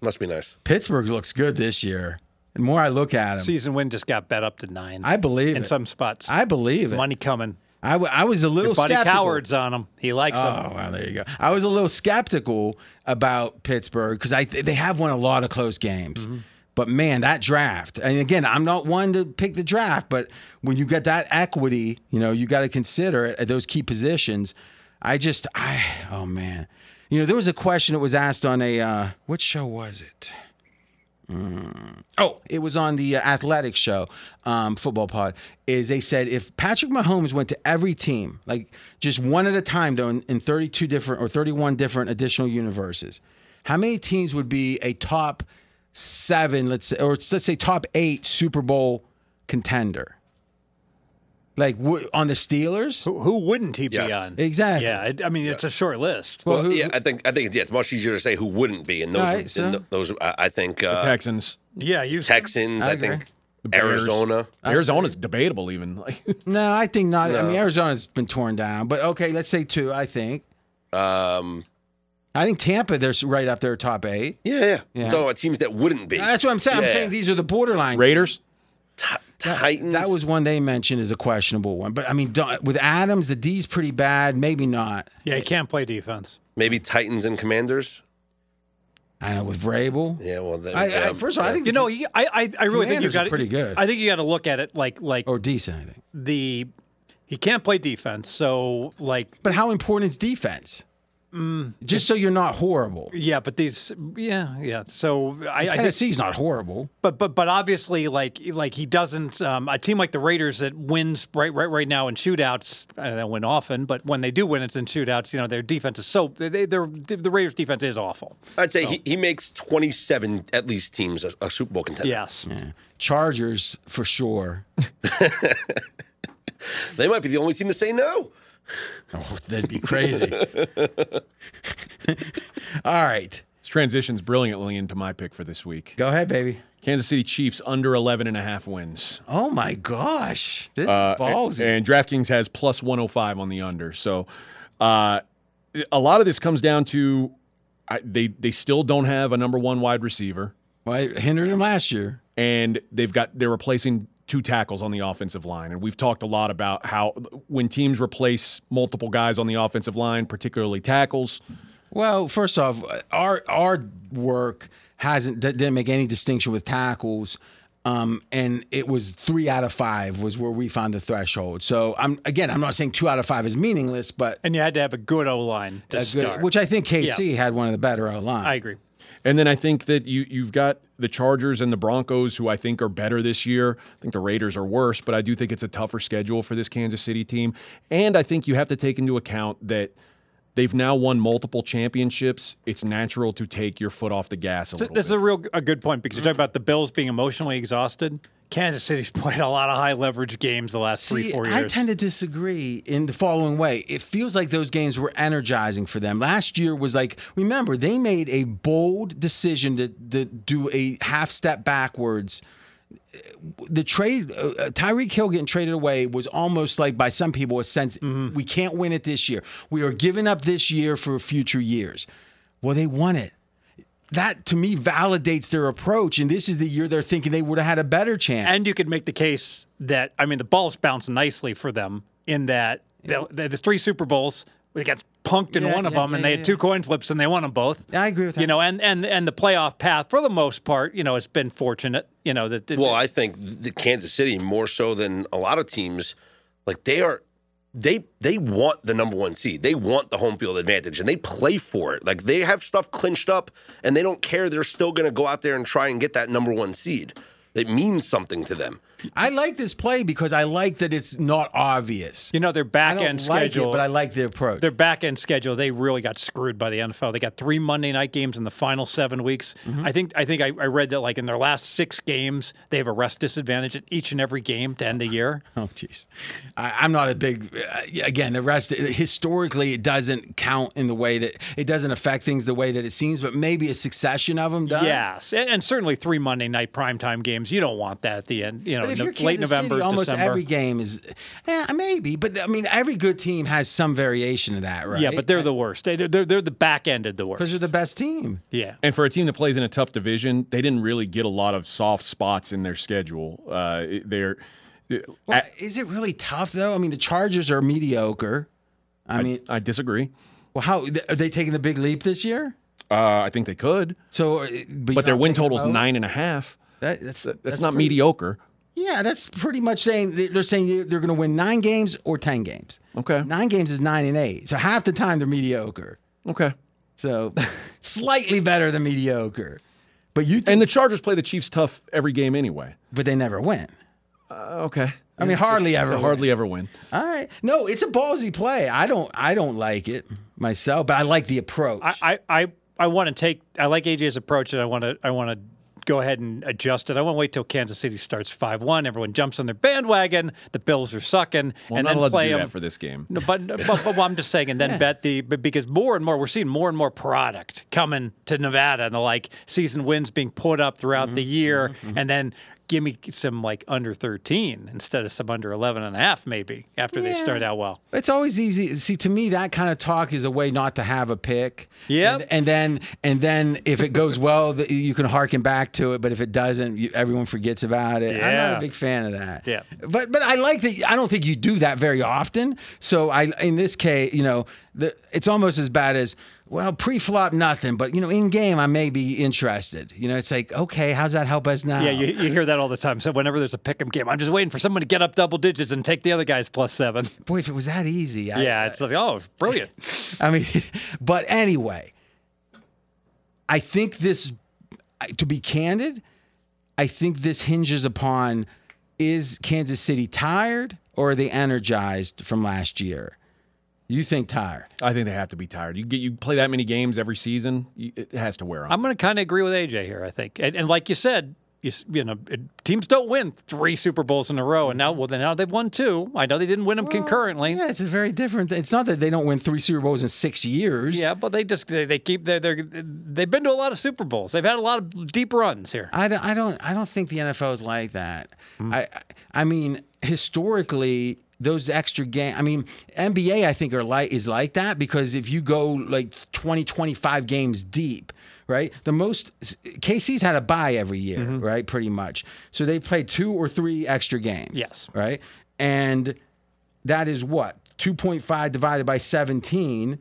Must be nice. Pittsburgh looks good this year. The more I look at them, Season win just got bet up to nine. I believe in it. some spots. I believe it. money coming. I, w- I was a little Your buddy skeptical. Coward's on him. He likes him. Oh, wow, there you go. I was a little skeptical about Pittsburgh because I they have won a lot of close games. But man, that draft. And again, I'm not one to pick the draft, but when you get that equity, you know, you got to consider it at those key positions. I just I oh man. You know, there was a question that was asked on a uh what show was it? Oh, it was on the uh, athletic show, um, football pod. Is they said if Patrick Mahomes went to every team, like just one at a time, though, in, in 32 different or 31 different additional universes, how many teams would be a top seven, let's say, or let's say top eight Super Bowl contender? Like w- on the Steelers? Who, who wouldn't he Yes. be on? Exactly. Yeah, I, I mean it's a short list. Well, who, Yeah, I think I think yeah, it's much easier to say who wouldn't be, and those All right, and so- th- those I, I think uh, Texans. yeah, you Texans. I I, agree. think The Bears. Arizona. Uh, Arizona's debatable, even. Like, no, I think not. I No. mean, Arizona's been torn down, but okay, let's say two. I think. Um, I think Tampa, they're s- right up there, top eight. yeah, yeah. Yeah. I'm talking about teams that wouldn't be. Uh, That's what I'm saying. I'm Yeah. saying these are the borderline. Raiders. Ti- Titans. That was one they mentioned as a questionable one. But I mean, don't- with Adams, the D's pretty bad. Maybe not. yeah, he can't play defense. maybe Titans and Commanders. I know with Vrabel. Yeah, well, um, they, I, I, yeah, first of all, I yeah. think You know, you- I I, I really think you Commanders are got pretty good. Oh. I think you got to look at it like like or decent. I think. the he can't play defense. So like But how important is defense? Just so you're not horrible. yeah, but these yeah yeah. So I, I think Tennessee's not horrible. But but but obviously, like like he doesn't. Um, a team like the Raiders that wins right right right now in shootouts. I don't win often, but when they do win, it's in shootouts. You know, their defense is so they, their the Raiders' defense is awful. I'd say he, he makes 27 at least teams a, a Super Bowl contender. Yes, Chargers for sure. They might be the only team to say no. Oh, that'd be crazy. All right, This transitions brilliantly into my pick for this week. go ahead, baby. Kansas City Chiefs under 11 and a half wins. Oh my gosh, this Uh, is ballsy. And DraftKings has plus 105 on the under. So uh, a lot of this comes down to I, they, they still don't have a number one wide receiver, well, it hindered him last year. and they've got they're replacing two tackles on the offensive line. And we've talked a lot about how when teams replace multiple guys on the offensive line, particularly tackles, Well, first off, our our work hasn't d- didn't make any distinction with tackles, um, and it was three out of five was where we found the threshold. So I'm again, I'm not saying two out of five is meaningless, but and you had to have a good O line to a good- start. which I think KC had one of the better O I lines. agree. And then I think that you you've got the Chargers and the Broncos, who I think are better this year. I think the Raiders are worse, but I do think it's a tougher schedule for this Kansas City team. And I think you have to take into account that they've now won multiple championships. It's natural to take your foot off the gas a So little this is bit. a real a good point because you talk Mm-hmm. about the Bills being emotionally exhausted. Kansas City's played a lot of high leverage games the last three See, four years. I tend to disagree in the following way. It feels like those games were energizing for them. Last year was like, remember, they made a bold decision to, to do a half step backwards. The trade, uh, uh, Tyreek Hill getting traded away was almost like by some people a sense Mm-hmm. we can't win it this year. We are giving up this year for future years. Well, they won it that to me validates their approach. And this is the year they're thinking they would have had a better chance. and you could make the case that I mean the ball's bounced nicely for them in that the- the- there's three Super Bowls. They got punked in Yeah, one of yeah, them, yeah, and they yeah. had two coin flips, and they won them both. I agree with that. You know, and and and the playoff path for the most part, you know, it's been fortunate. You know that. that- Well, I think the Kansas City more so than a lot of teams, like they are, they they want the number one seed. They want the home field advantage, and they play for it. Like they have stuff clinched up, and they don't care. They're still going to go out there and try and get that number one seed. It means something to them. I like this play because I like that it's not obvious. you know their I back don't end like schedule. it, but I like the approach. their back end schedule, they really got screwed by the NFL. They got three Monday night games in the final seven weeks. Mm-hmm. I think I think I, I read that like in their last six games, they have a rest disadvantage at each and every game to end the year. oh, jeez. I- I'm not a big. Uh, again, the rest historically it doesn't count in the way that it doesn't affect things the way that it seems, but maybe a succession of them does. Yes, and, and certainly three Monday night primetime games games. You don't want that at the end. You know, But if no- you're Kansas late November, City, almost December. every game is, eh, maybe. But I mean, every good team has some variation of that, right? Yeah, but they're the worst. They, they're, they're the back end of the worst. because they're the best team. yeah. And for a team that plays in a tough division, they didn't really get a lot of soft spots in their schedule. Uh, it- they're Well, I- is it really tough though? I mean, the Chargers are mediocre. I mean, I disagree. well, how are they taking the big leap this year? Uh, I think they could, So, uh, but, but you're their not win thinking total's about- nine and a half. That, that's, That's, that's not pretty- mediocre. Yeah, that's pretty much saying they- they're saying they're going to win nine games or ten games. Okay. Nine games is nine and eight, so half the time they're mediocre. Okay. So slightly better than mediocre, but you think, And the Chargers play the Chiefs tough every game anyway. but they never win. Uh, okay. I mean, hardly ever. They hardly ever win. All right. No, it's a ballsy play. I don't. I don't like it myself, but I like the approach. I, I, I, I want to take. I like AJ's approach, and I want to. I want to go ahead and adjust it. I want to wait till Kansas City starts five one. Everyone jumps on their bandwagon. The Bills are sucking, Well, I'm and not then allowed to play do them. that for this game. No, but, but, but what I'm just saying, and then bet the but because more and more we're seeing more and more product coming to Nevada, and the like season wins being put up throughout the year, and then give me some like under 13 instead of some under 11 and a half maybe after they start out well. It's always easy. See, to me, that kind of talk is a way not to have a pick. Yep. And, and then, and then, if it goes well, th- you can harken back to it. But if it doesn't, you, everyone forgets about it. I'm not Yeah. a big fan of that. Yeah. But but I like that. I don't think you do that very often. So I, in this case, you know, the, it's almost as bad as well pre-flop nothing, but you know, in game I may be interested. You know, it's like okay, how's that help us now? Yeah, you, you hear that all the time. So whenever there's a pick'em game, I'm just waiting for someone to get up double digits and take the other guys plus seven. Boy, if it was that easy, I, Yeah, it's like oh, brilliant. I mean, but anyway, I think this, I- to be candid, I think this hinges upon is Kansas City tired or are they energized from last year? You think tired? I think they have to be tired. You get you play that many games every season, you, it has to wear on. I'm going to kind of agree with AJ here. I think, and, and like you said, you, s- you know, it- teams don't win three Super Bowls in a row, and now well, then now they've won two. I know they didn't win them concurrently. Yeah, it's a very different. It's not that they don't win three Super Bowls in six years. Yeah, but they just they, they keep they they they've been to a lot of Super Bowls. They've had a lot of deep runs here. I don't, I don't, I don't think the NFL is like that. I, I mean, historically, those extra game. I mean, NBA, I think are like is like that because if you go like 20, 25 games deep, right? The most KC's had a bye every year, right? Pretty much. So they played two or three extra games. Yes. Right. And that is what two point five divided by seventeen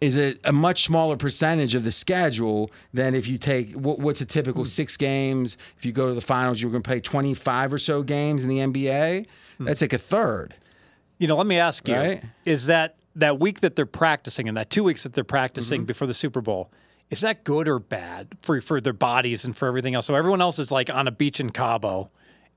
is a, a much smaller percentage of the schedule than if you take what, what's a typical six games. If you go to the finals, you're going to play 25 or so games in the NBA. That's like a third. You know, let me ask you: Right. Is that that week that they're practicing and that two weeks that they're Mm-hmm. practicing before the Super Bowl? Is that good or bad for for their bodies and for everything else? So everyone else is like on a beach in Cabo,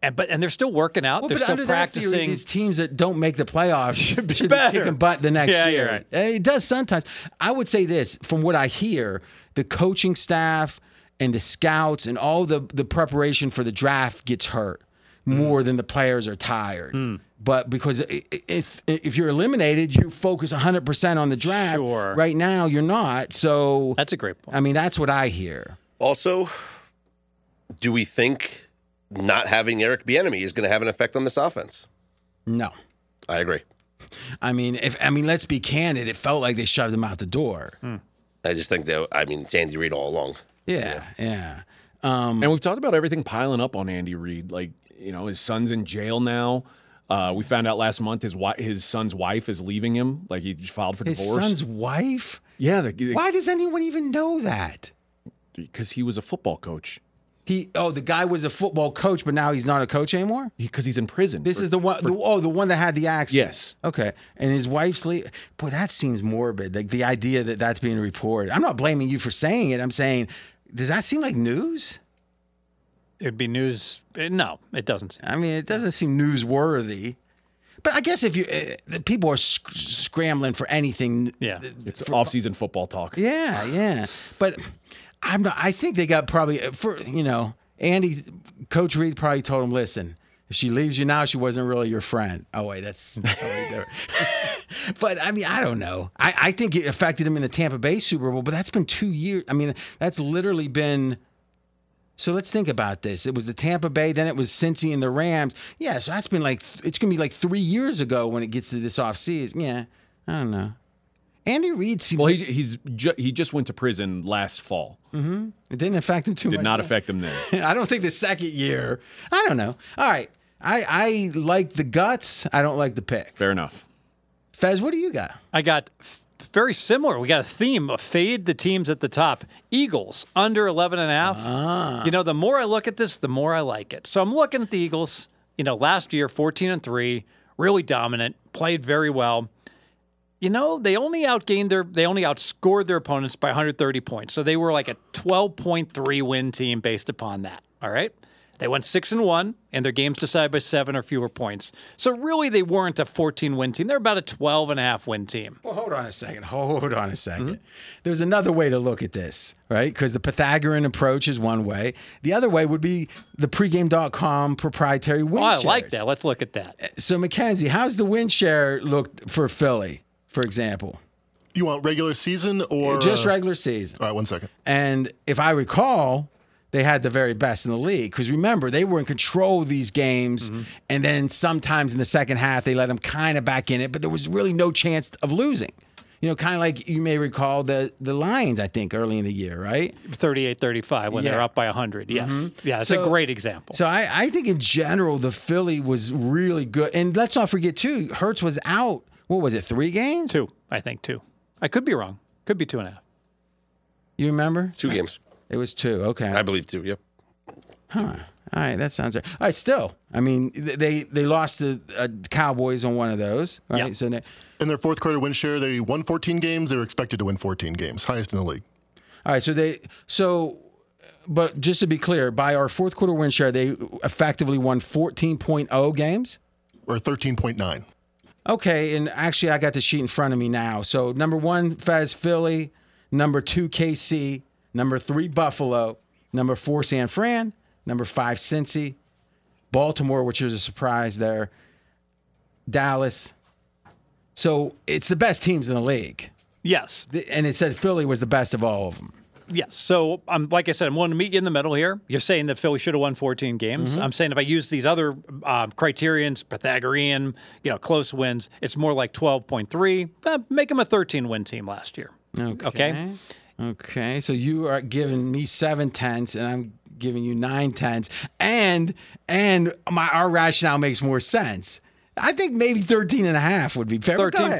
and but and they're still working out. they're but still under that theory, practicing. these teams that don't make the playoffs should be, better. kicking butt the next Yeah, year. you're right. Eh, It does sometimes. I would say this from what I hear, the coaching staff and the scouts and all the, the preparation for the draft gets hurt Hmm. more than the players are tired. But because i- i- if if you're eliminated, you focus 100% on the draft. Sure. Right now, you're not. So, That's a great point. I mean, that's what I hear. Also, do we think not having Eric Bieniemy is going to have an effect on this offense? No. I agree. I mean, if I mean, let's be candid. It felt like they shoved him out the door. I just think that I mean it's Andy Reid all along. Yeah, yeah. Um, and we've talked about everything piling up on Andy Reid. Like you know, his son's in jail now. Uh, we found out last month his wi- his son's wife is leaving him. Like he filed for His divorce. son's wife? yeah, the, Why does anyone even know that? because he was a football coach. He oh, the guy was a football coach, but now he's not a coach anymore. Because he's in prison. This for- is the one. the, oh, the one that had the accident. yes. Okay, and his wife's leave. Boy, that seems morbid. Like the idea that that's being reported. I'm not blaming you for saying it. I'm saying, does that seem like news? It'd be news. eh, No, it doesn't. seem- I mean, it doesn't seem newsworthy. But I guess if you, uh, the people are sc- scrambling for anything Yeah. It's off-season football talk. Yeah, yeah. But I'm not. I think they got probably uh, for you know Andy, Coach Reed probably told him, listen, if she leaves you now, she wasn't really your friend. Oh wait, that's totally different. but I mean, I don't know. I, I think it affected him in the Tampa Bay Super Bowl, but that's been two years. I mean, that's literally been So let's think about this. It was the Tampa Bay, then it was Cincy and the Rams. Yeah, so that's been like it's gonna be like three years ago when it gets to this offseason. Yeah, I don't know. Andy Reid seems Well, he, he's ju- he just went to prison last fall. it didn't affect him too Did much. not affect him then. I don't think the second year. I don't know. All right. I I like the guts. I don't like the pick. Fair enough. Fez, what do you got? I got f- very similar. We got a theme of fade the teams at the top. Eagles under 11 and a half. You know, the more I look at this, the more I like it. So I'm looking at the Eagles, you know, last year 14 and 3, really dominant, played very well. You know, they only outgained their they only outscored their opponents by 130 points. So they were like a 12.3 win team based upon that. All right? They went 6 and 1 and their games decided by 7 or fewer points. So really they weren't a 14 win team. They're about a 12 and a half win team. Well, hold on a second. Hold on a 2nd Mm-hmm. There's another way to look at this, right? Because the Pythagorean approach is one way. The other way would be the pregame.com proprietary win Oh, I shares. like that. Let's look at that. So, Mackenzie, how's the win share look for Philly, for example? You want regular season or Just uh, regular season. All right, one second. And if I recall, they had the very best in the league. Because remember, they were in control of these games. And then sometimes in the second half, they let them kind of back in it, but there was really no chance of losing. You know, kind of like you may recall the the Lions, I think, early in the year, right? 38 35 when they're Yeah. Mm-hmm. up by 100. Yes. Yeah, it's So- a great example. So I, I think in general, the Philly was really good. And let's not forget, too, Hertz was out, what was it, three games? two, I think, two. I could be wrong. Could be two and a half. You remember? Two games, It was two. Okay. I believe. Two. Yep. All right, that sounds right. All right, still, I mean, th- they they lost the uh, Cowboys on one of those, right? Yeah. So now- In their fourth quarter win share, they won 14 games. They were expected to win 14 games, highest in the league. all right, so they so, but just to be clear, by our fourth quarter win share, they effectively won 14.0 games. Or 13.9. Okay, and actually, I got the sheet in front of me now. So number one, Faz Philly. Number two, KC. Number three, Buffalo. Number four, San Fran. Number five, Cincy. Baltimore, which is a surprise there. Dallas. So it's the best teams in the league, Yes. Th- and it said Philly was the best of all of them. Yes. So I'm like I said, I'm willing to meet you in the middle here. You're saying that Philly should have won 14 games. Mm-hmm. I'm saying if I use these other uh, criterions, Pythagorean, you know, close wins, it's more like 12.3. Uh, make them a 13 win team last year. Okay. Okay, so you are giving me seven tenths, and I'm giving you nine tenths, and and my our rationale makes more sense. I think maybe 13 and a half would be fair. but go ahead. 13.3.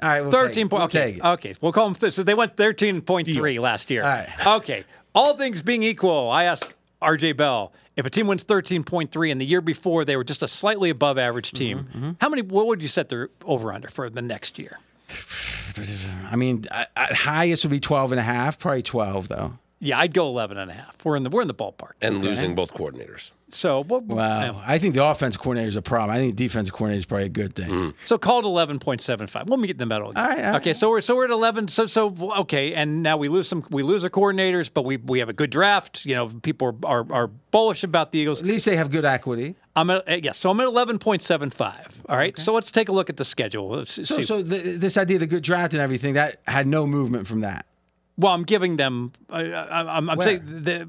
All right, we'll take it. 13 We'll point. take Okay. it. Okay. We'll call them. Th- so they went 13.3 last year. All right. Okay. All things being equal, I ask RJ Bell if a team wins 13.3 and the year before they were just a slightly above average team, Mm-hmm, how many, what would you set their over under for the next year? I mean, I- I- highest would be 12 and a half, probably 12 though. Yeah, I'd go 11 and a half. We're in the, we're in the ballpark. And losing both coordinators. So, what, Wow, Uh, I think the offensive coordinator is a problem. I think the defensive coordinator is probably a good thing. so called 11.75. We'll meet in the middle. Again. All right, all okay. right. So we're, so we're at 11. So, so, okay. And now we lose some, we lose our coordinators, but we, we have a good draft. You know, people are, are, are bullish about the Eagles. At least they have good equity. I'm at uh, yeah, so I'm at eleven point seven five. All right, so let's take a look at the schedule. Let's So, see. so th this idea of the good draft and everything that had no movement from that. well, I'm giving them. I, I, I'm, I'm Where? saying the,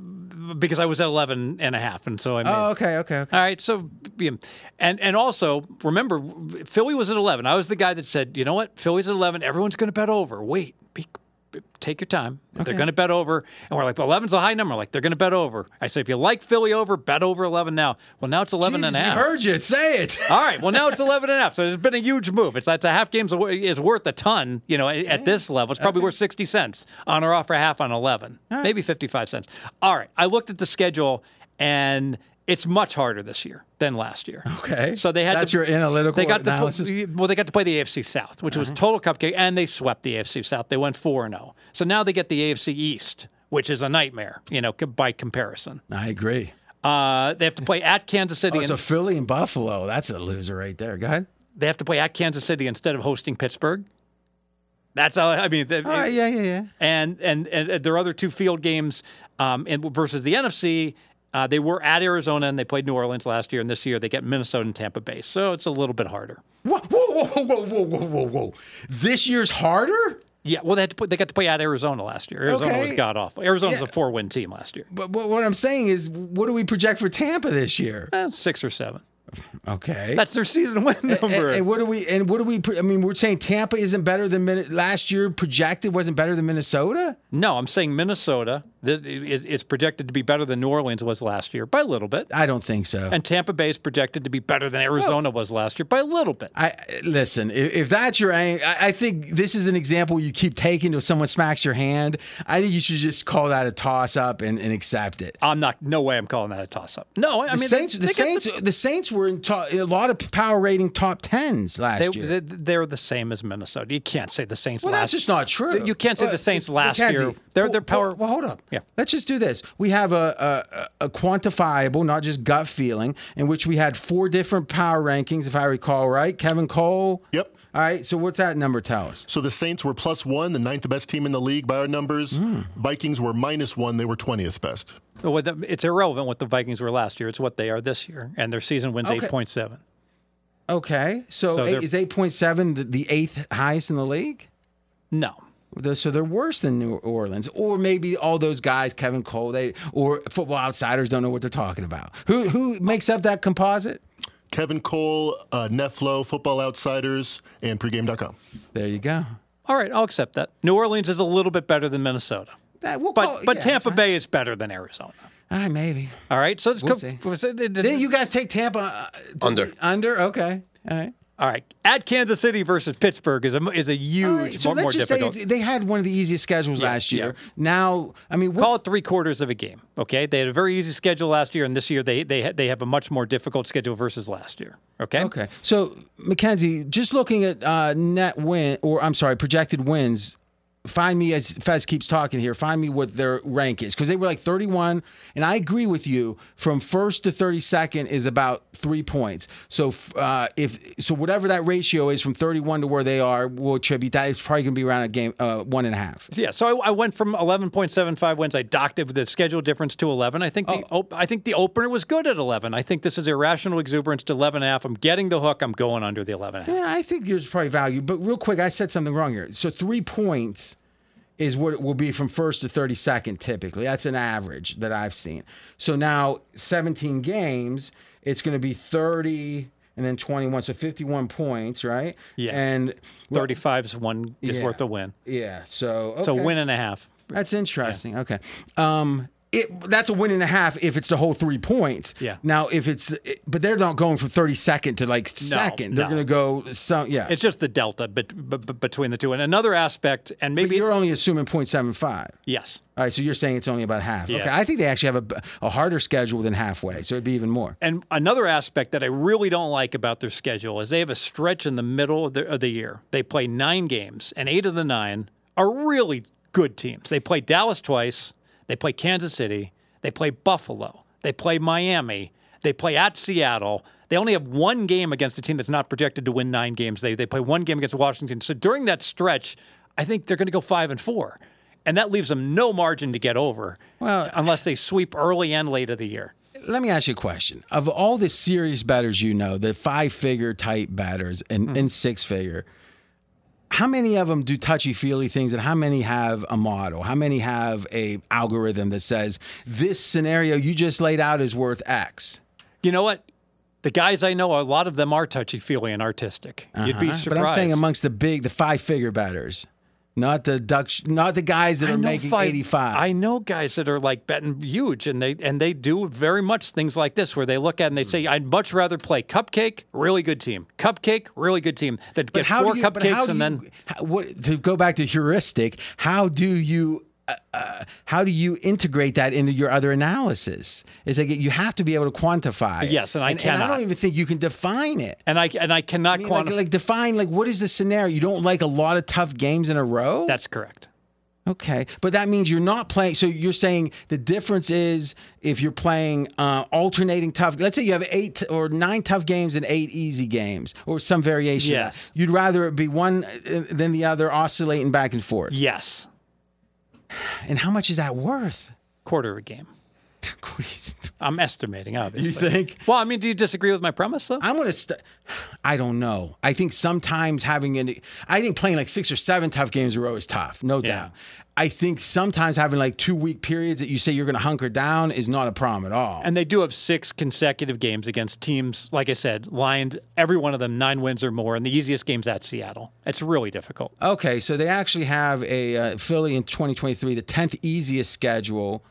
because I was at 11 and a half, and so I. Made, Oh, okay, okay, okay. All right, so yeah. and and also remember, Philly was at 11. I was the guy that said, you know what, Philly's at 11. Everyone's going to bet over. Wait, be, be- take your time. They're going to bet over, and we're like, 11's a high number. Like they're going to bet over. I said, if you like Philly over, bet over 11 now. Well, now it's 11 Jesus, and a half. we heard you say it. All right. Well, now it's 11 and a half. So there's been a huge move. It's that's a half game's wo- is worth a ton, you know, at, at this level. It's probably worth 60 cents on or off for half on 11, maybe 55 cents. All right. I looked at the schedule and it's much harder this year than last year. Okay. So they had that's to, your analytical they got analysis. to play, well, they got to play the AFC South, which was total cupcake, and they swept the AFC South. They went four and zero. So now they get the AFC East, which is a nightmare, you know, co- by comparison. I agree. Uh, they have to play at Kansas City. Oh, and- so Philly and Buffalo, that's a loser right there. Go ahead. they have to play at Kansas City instead of hosting Pittsburgh. That's how I mean. the- All right, yeah, yeah, yeah. and, and and their other two field games um, and versus the NFC, uh, they were at Arizona and they played New Orleans last year, and this year they get Minnesota and Tampa Bay, so it's a little bit harder. Whoa, whoa, whoa, whoa, whoa, whoa, whoa, whoa. This year's harder? Yeah, well, they had to put, they got to play at Arizona last year. Arizona was Okay. god awful. Arizona was a four win team last year, But, but what I'm saying is, what do we project for Tampa this year? Eh, six or seven. Okay. That's their season win And- number. And, what do we? And what do we? pro- I mean, we're saying Tampa isn't better than Min- last year. Projected wasn't better than Minnesota. no, I'm saying Minnesota this is, is projected to be better than New Orleans was last year by a little bit, I don't think so. and Tampa Bay is projected to be better than Arizona was last year by a little bit. I listen. i- If that's your, ang- I, I think this is an example you keep taking till someone smacks your hand. I think you should just call that a toss up and, and accept it. I'm not. No way. I'm calling that a toss up. No, I The mean Saints, they, the they got Saints, the, Saints were in, to, in a lot of power rating top tens last They, year. they, they're the same as Minnesota. You can't say the Saints well, last that's just not true. Uh, You can't say the Saints last year. Mackenzie, They're- well, they're power- Well, hold up. Yeah. Let's just do this. We have a, a a quantifiable, not just gut feeling, in which we had four different power rankings, if I recall right. Kevin Cole. Yep. All right. So what's that number tell us? So the Saints were plus one, the ninth best team in the league by our numbers. Hmm. Vikings were minus one, they were 20th best. Well, the- it's irrelevant what the Vikings were last year. It's what they are this year, and their season wins Okay. eight point seven. Okay. So, So eight- they're- is eight point seven the, the eighth highest in the league? No, They're- So they're worse than New Orleans, or maybe all those guys, Kevin Cole, they or football outsiders don't know what they're talking about. Who who makes up that composite? Kevin Cole, uh, Neflo, Football Outsiders, and pregame.com. There you go. all right, I'll accept that. New Orleans is a little bit better than Minnesota, That, we'll but call- but yeah, that's Tampa fine. Bay is better than Arizona. All right, maybe. All right, so it's We'll com- see. was it- it- Then you guys take Tampa uh, to- Under. Under, okay. All right. all right at Kansas City versus Pittsburgh is a is a huge All right, So more, let's more just difficult. say they had one of the easiest schedules last year. Now, I mean, what, Call it three quarters of a game. Okay, they had a very easy schedule last year, and this year they they ha- they have a much more difficult schedule versus last year. Okay, okay. So Mackenzie, just looking at uh, net win, or I'm sorry, projected wins. Find me as Fez keeps talking here. Find me what their rank is because they were like 31, and I agree with you. From first to 32nd is about three points. So f- uh, if so, whatever that ratio is from 31 to where they are, we'll attribute that. It's probably going to be around a game uh, one and a half. Yeah, so I, I went from eleven point seven five wins. I docked it with the schedule difference to eleven. I think the Oh. op- I think the opener was good at eleven. I think this is irrational exuberance to eleven and a half. I'm getting the hook. I'm going under the eleven and a half. Yeah, I think there's probably value. But real quick, I said something wrong here. So three points is what it will be from first to 32nd typically. That's an average that I've seen. So now 17 games, it's going to be 30 and then 21. So 51 points, right? Yeah. And Thirty five is one is Yeah. worth a win. Yeah. So It's a okay. win and a half. That's interesting. Okay. Um, it, that's a win and a half if it's the whole three points. Yeah. Now, if it's, but they're not going from 32nd to like second. They're no. going to go some, yeah. It's just the delta bet- bet- bet- between the two. And another aspect, and but maybe you're only assuming 0.75. yes. All right, so you're saying it's only about half. Yeah. Okay, I think they actually have a, a harder schedule than halfway, so it'd be even more. And another aspect that I really don't like about their schedule is they have a stretch in the middle of the, of the year. They play nine games, and eight of the nine are really good teams. They play Dallas twice, they play Kansas City, they play Buffalo, they play Miami, they play at Seattle. They only have one game against a team that's not projected to win nine games. They, they play one game against Washington. So during that stretch, I think they're going to go five and four. And that leaves them no margin to get over Well- unless they sweep early and late of the year. Let me ask you a question. Of all the serious batters you know, the five figure type batters and, and six figure, how many of them do touchy feely things and how many have a model? How many have a algorithm that says this scenario you just laid out is worth X? You know what? The guys I know, a lot of them are touchy feely and artistic. You'd be Huh? surprised. Uh-huh. But I'm saying amongst the big, the five figure batters, not the duck, not the guys that I are know making fi- 85. I know guys that are like betting huge, and they and they do very much things like this, where they look at it and they say, "I'd much rather play cupcake, really good team, cupcake, really good team, than But get how four do you- but how cupcakes do and then." you- how- what, to go back to heuristic. How do you uh, uh, how do you integrate that into your other analysis? It's like you have to be able to quantify. it. Yes, and I and, I cannot. don't even think you can define it. And I and I cannot I mean, quantify. like, like define like what is the scenario? You don't like a lot of tough games in a row. That's correct. okay, but that means you're not playing. So you're saying the difference is if you're playing uh, alternating tough. Let's say you have eight or nine tough games and eight easy games, or some variation. of that. Yes. you'd rather it be one uh, than the other, oscillating back and forth. Yes, And how much is that worth? quarter of a game. tweet. I'm estimating, obviously. think? Well, I mean, do you disagree with my premise, though? I'm gonna. St- I don't know. I think sometimes having an. I think playing like six or seven tough games in a row is tough, no doubt. I think sometimes having like two week periods that you say you're gonna hunker down is not a problem at all. And they do have six consecutive games against teams, like I said, lined every one of them nine wins or more, and the easiest game's at Seattle. It's really difficult. Okay, so they actually have a uh, Philly in 2023, the 10th easiest schedule.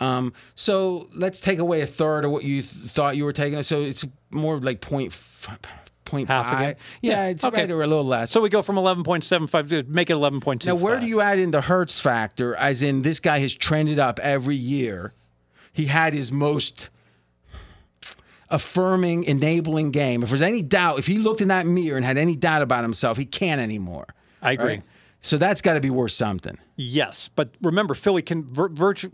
Um, so let's take away a third of what you th- thought you were taking. So it's more like point, f- point Half again? five. Yeah, Yeah, it's okay. right or a little less. So we go from 11.75 to make it 11.25. now, where do you add in the Hertz factor? As in, this guy has trended up every year. He had his most affirming, enabling game. If there's any doubt, if he looked in that mirror and had any doubt about himself, he can't anymore. I agree. right? So that's got to be worth something. Yes, but remember, Philly can virtu-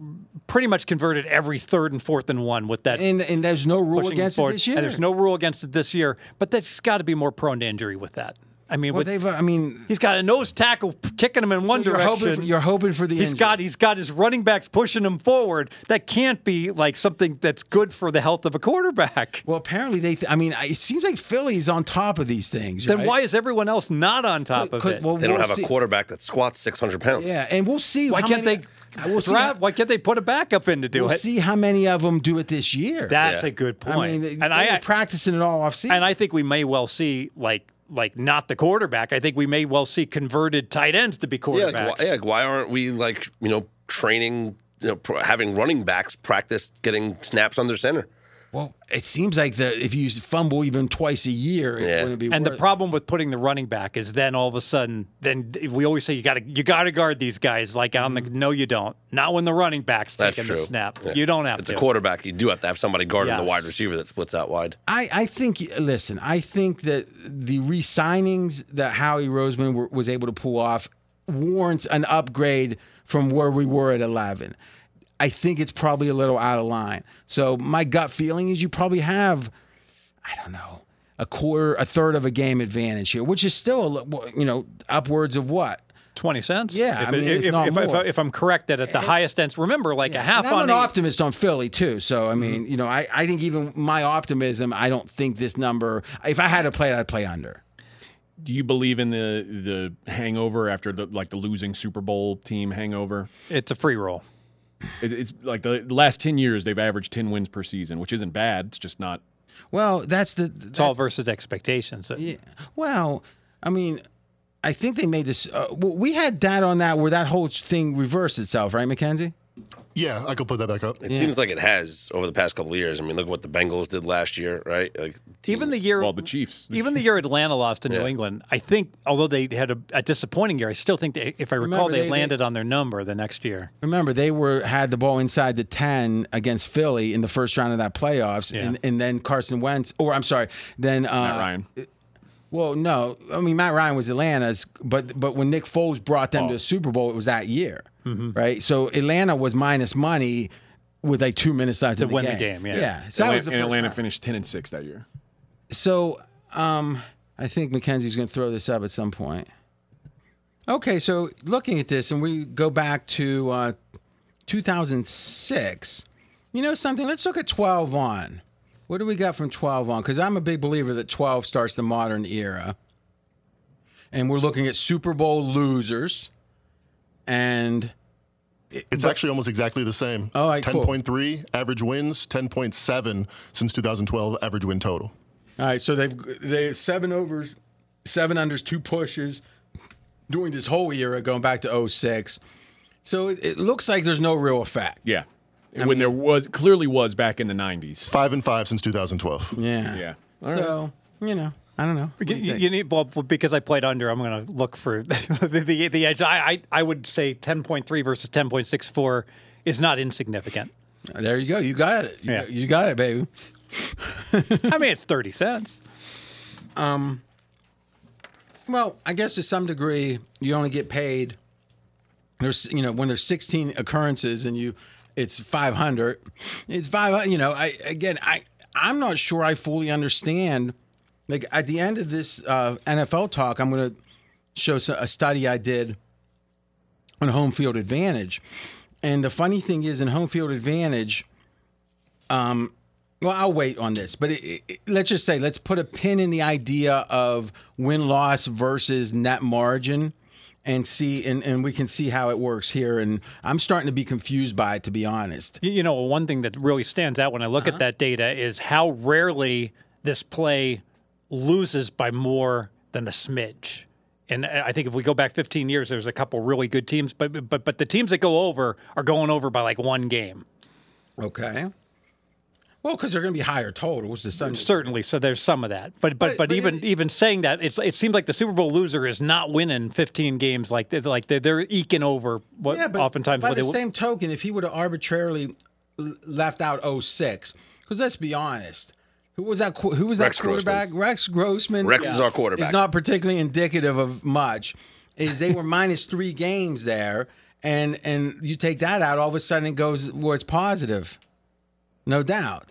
pretty much converted every third and fourth and one with that and and there's no rule pushing against forward. it this year. And there's no rule against it this year, but that's got to be more prone to injury with that. I mean, Well, with, they've. uh, I mean, he's got a nose tackle kicking him in one you're direction. hoping for, you're hoping for the. He's injury. got he's got his running backs pushing him forward. That can't be like something that's good for the health of a quarterback. Well, apparently they. Th- I mean, I- it seems like Philly's on top of these things. Then right? why is everyone else not on top of Could- it? well, They don't we'll have see. a quarterback that squats 600 pounds. Yeah, and we'll see. why how can't many- they? We'll see. Brad, How, why can't they put a backup in to do we'll it? see how many of them do it this year. That's Yeah. a good point. I mean, they, and I are practicing it all off season. and I think we may well see like like not the quarterback. I think we may well see converted tight ends to be Yeah, quarterbacks. like, why, yeah, like, why aren't we like you know training, you know, pr- having running backs practice getting snaps under center? well, it seems like the if you fumble even twice a year, it Yeah. wouldn't be. And the worth- problem with putting the running back is then all of a sudden, then we always say you got to you got to guard these guys. Like on Mm-hmm. the no, you don't. Not when the running back's That's taking the true. snap. Yeah. You don't have It's to. a quarterback. You do have to have somebody guarding the Yes. wide receiver that splits out wide. I, I think, listen, I think that the re signings that Howie Roseman were, was able to pull off warrants an upgrade from where we were at 11. I think it's probably a little out of line. So, my gut feeling is you probably have, I don't know, a quarter, a third of a game advantage here, which is still, a, li- you know, upwards of what? Twenty cents. Yeah, If, I mean, if, if not if- if- more. if I'm correct that at the highest ends, remember like a half And I'm on an the- Mm-hmm. optimist on Philly too, so I mean, you know, I, I think even my optimism, I don't think this number. If I had to play it, I'd play under. Do you believe in the the hangover after the like the losing Super Bowl team hangover? It's a free roll. It, it's like the last ten years they've averaged ten wins per season, which isn't bad. It's just not. Well, that's the It's all versus expectations. Well, I mean, I think they made this. Uh, w- we had data on that where that whole thing reversed itself, right, Mackenzie? Yeah, I could put that back up. It seems like it has over the past couple of years. I mean, look what the Bengals did last year, right? Like Even the year Well, the Chiefs. Even the year Atlanta lost to New England, I think, although they had a, a disappointing year, I still think, they, if I recall, Remember, they, they- they- landed on their number the next year. Remember, they were had the ball inside the ten against Philly in the first round of that playoffs, and, and then Carson Wentz, or I'm sorry, then uh, Matt Ryan. Well, no, I mean Matt Ryan was Atlanta's, but but when Nick Foles brought them to the Super Bowl, it was that year, right? So Atlanta was minus money with like two minutes left to win the game, yeah. yeah. So that was the and first Atlanta round. finished ten and six that year. So, um, I think Mackenzie's going to throw this up at some point. Okay, so looking at this, and we go back to uh, 2006. You know something? Let's look at 12 on. What do we got from 12 on? Because I'm a big believer that 12 starts the modern era. And we're looking at Super Bowl losers. And It's actually almost exactly the same. All right, cool. 10.3 average wins, 10.7 since 2012 average win total. all right, so they've they have seven overs, seven unders, two pushes, doing this whole era going back to 06. So it, it looks like there's no real effect. Yeah, when there was clearly was back in the nineties. Five and five since 2012. Yeah. Yeah. so you know, I don't know. What do You, you you think? need well because I played under. I'm going to look for the, the, the edge. I, I I would say 10.3 versus 10.64 is not insignificant. there you go. You got it. You, Yeah. you got it, baby. I mean, it's 30 cents. Well, I guess to some degree, you only get paid. There's you know when there's 16 occurrences and you, it's 500. It's 500. You know, I again, I I'm not sure I fully understand. Like at the end of this uh, NFL talk, I'm going to show s- a study I did on home field advantage. And the funny thing is, in home field advantage, Um, well, I'll wait on this, but it, it- it- let's just say let's put a pin in the idea of win loss versus net margin, and see, and, and we can see how it works here. And I'm starting to be confused by it, to be honest. You, you know, one thing that really stands out when I Uh-huh. look at that data is how rarely this play loses by more than a smidge. And I I think if we go back 15 years, there's a couple really good teams, but but but the teams that go over are going over by like one game, Okay. Well, because they're going to be higher totals. The sun. certainly. So there's some of that. But but but, But- but even it- even saying that, it's it seems like the Super Bowl loser is not winning 15 games like they're, like they're, they're eking over what Yeah, but oftentimes by what the they same token, if he would have arbitrarily l- left out 06, because let's be honest, who was that? qu- Who was that Rex Grossman. quarterback? Rex Grossman. Rex is our quarterback. Is not particularly indicative of much. Is they were minus three games there, and and you take that out, all of a sudden it goes where it's positive, no doubt.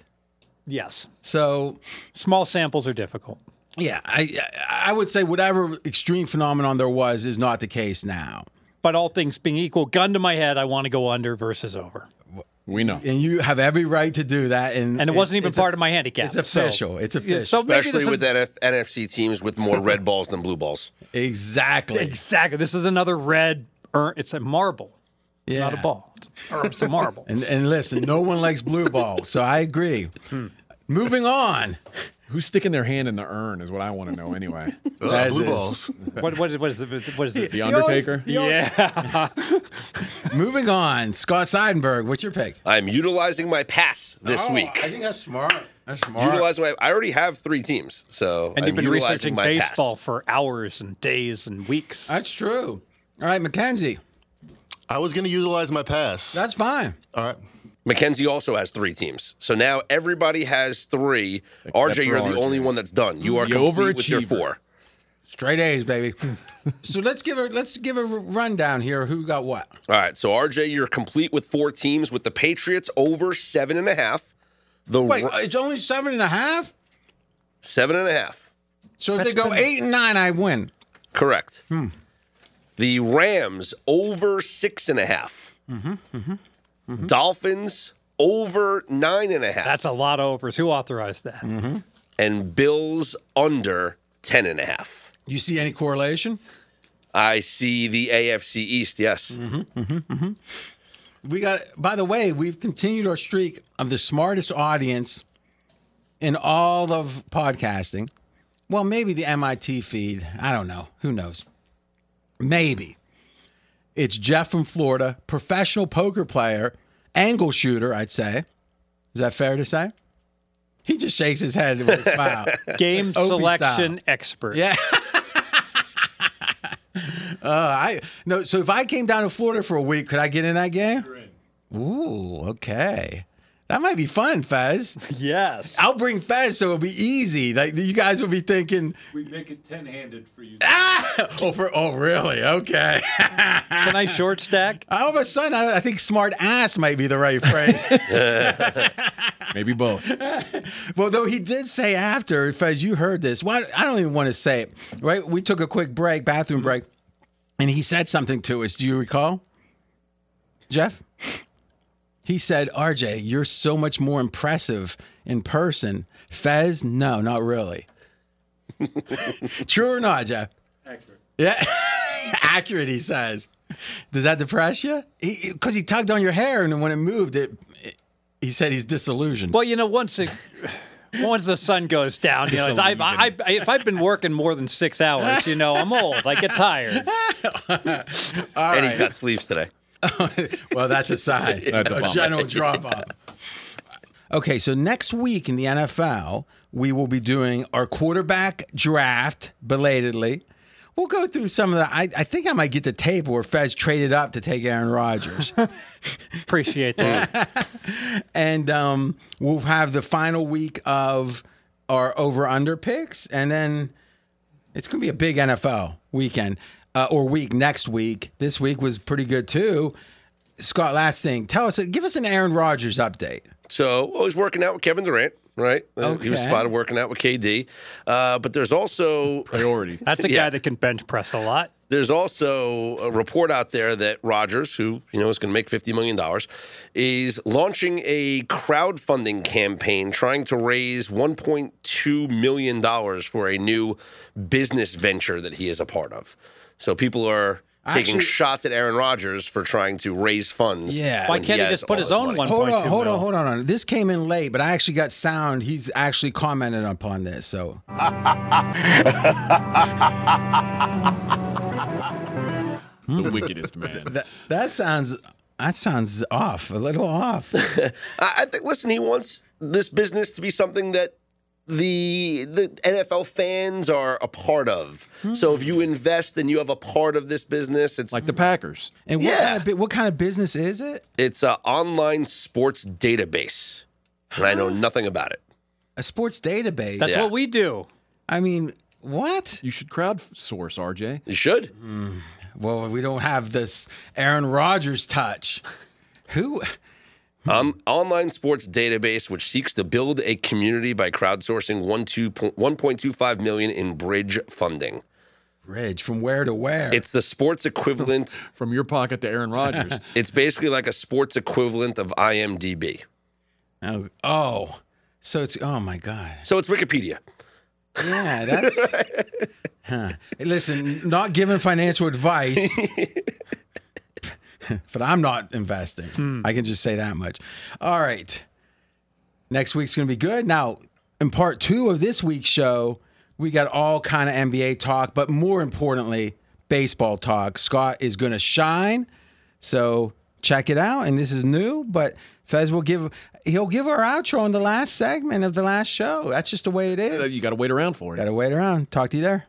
yes, So small samples are difficult. yeah, I I I would say whatever extreme phenomenon there was is not the case now. But all things being equal, gun to my head, I want to go under versus over. We know. And you have every right to do that. And And it wasn't even it's a- part of my handicap. It's so- official. It's official. So maybe Especially this with is, NF- NFC teams with more red balls than blue balls. Exactly. exactly. This is another red. Or it's a marble. It's not a Yeah. ball. It's, or it's a marble. And, and listen, no one likes blue ball, so I agree. Moving on. Who's sticking their hand in the urn is what I want to know anyway. Ugh, As blue is. balls. what, what, is- what is it? What is it? The Undertaker. Yeah. Moving on. Scott Seidenberg, what's your pick? I'm utilizing my pass this Oh, week. I think that's smart. That's smart. Utilizing my, I already have three teams, so And I'm you've been utilizing researching my pass. baseball for hours and days and weeks. that's true. All right, Mackenzie. I was going to utilize my pass. That's fine. All right. Mackenzie also has three teams, so now everybody has three. RJ, you're for the RJ. only one that's done. You are You complete with your overachiever. four. Straight A's, baby. so let's give her let's give a rundown here. Who got what? All right, so RJ, you're complete with four teams with the Patriots over seven and a half. The Wait, Ra- it's only seven and a half. seven and a half, So if they go eight and nine, I win. correct. Hmm. The Rams over six and a half. Mm-hmm, Dolphins over nine and a half. That's a lot of overs. Who authorized that? Mm. and Bills under ten and a half. You see any correlation? I see the AFC East. Yes, Mm-hmm. We got. By the way, we've continued our streak of the smartest audience in all of podcasting. Well, maybe the MIT feed. I don't know. Who knows? Maybe it's Jeff from Florida, professional poker player, angle shooter. I'd say. Is that fair to say? He just shakes his head with a smile. Game Opie selection expert. Yeah. uh, I no. So if I came down to Florida for a week, could I get in that game? Ooh, okay. That might be fun, Fez. Yes. I'll bring Fez, so it'll be easy. Like you guys will be thinking, We make it ten handed for you. ah, oh, for oh, really? Okay. Can I short stack? All of a sudden, I, I think smart ass might be the right phrase. Maybe both. Well, though he did say after, Fez, you heard this. Why? I don't even want to say it. Right? We took a quick break, bathroom break, and he said something to us. Do you recall, Jeff? He said, "RJ, you're so much more impressive in person." Fez, no, not really. True or not, Jeff? Accurate. Yeah, accurate. He says. Does that depress you? Because he, tugged on your hair, and when it moved, it. he said he's disillusioned. Well, you know, once it, once the sun goes down, you know, I, I, I, if I've been working more than six hours, you know, I'm old. I get tired. and he's got sleeves today. well, that's a sign. That's a bummer. general drop off. Okay, so next week in the NFL, we will be doing our quarterback draft belatedly. We'll go through some of the. I, I think I might get the tape where Fez traded up to take Aaron Rodgers, Appreciate that. and um, we'll have the final week of our over under picks, and then it's going to be a big NFL weekend uh, or week next week. This week was pretty good too. Scott, last thing, tell us, give us an Aaron Rodgers update. So well, he's working out with Kevin Durant, right? Uh, He was Okay. spotted working out with KD. Uh, but there's also Priority. That's a Yeah. guy that can bench press a lot. There's also a report out there that Rogers, who you know is going to make fifty million dollars, is launching a crowdfunding campaign trying to raise one point two million dollars for a new business venture that he is a part of. So people are. Taking Actually- shots at Aaron Rodgers for trying to raise funds. Yeah. when Why can't he has just put all his this own money. one? Hold on, 1.2 hold on, mil. hold on, hold on. This came in late, but I actually got sound. He's actually commented upon this. So the wickedest man. that, that sounds that sounds off, a little off. I, I think. Listen, he wants this business to be something that the the NFL fans are a part of. So if you invest and you have a part of this business, it's Like the Packers. And what Yeah. kind of bu- what kind of business is it? it's an online sports database, and I know nothing about it. A sports database. That's Yeah. what we do. I mean, what? You should crowdsource, RJ. You should. Well, we don't have this Aaron Rodgers touch. Who? Um, online sports database, which seeks to build a community by crowdsourcing one two po- 1.25 million in bridge funding. Ridge from where to where? It's the sports equivalent. From your pocket to Aaron Rodgers. it's basically like a sports equivalent of IMDb. oh, oh, so it's oh my god. So it's Wikipedia. Yeah, that's. Huh. Hey, Listen, not giving financial advice, but I'm not investing. I can just say that much. All right. Next week's going to be good. Now, in part two of this week's show, we got all kind of NBA talk, but more importantly, baseball talk. Scott is going to shine. So check it out. And this is new, but Fez will give he'll give our outro in the last segment of the last show. That's just the way it is. you got to wait around for it. Gotta wait around. Talk to you there.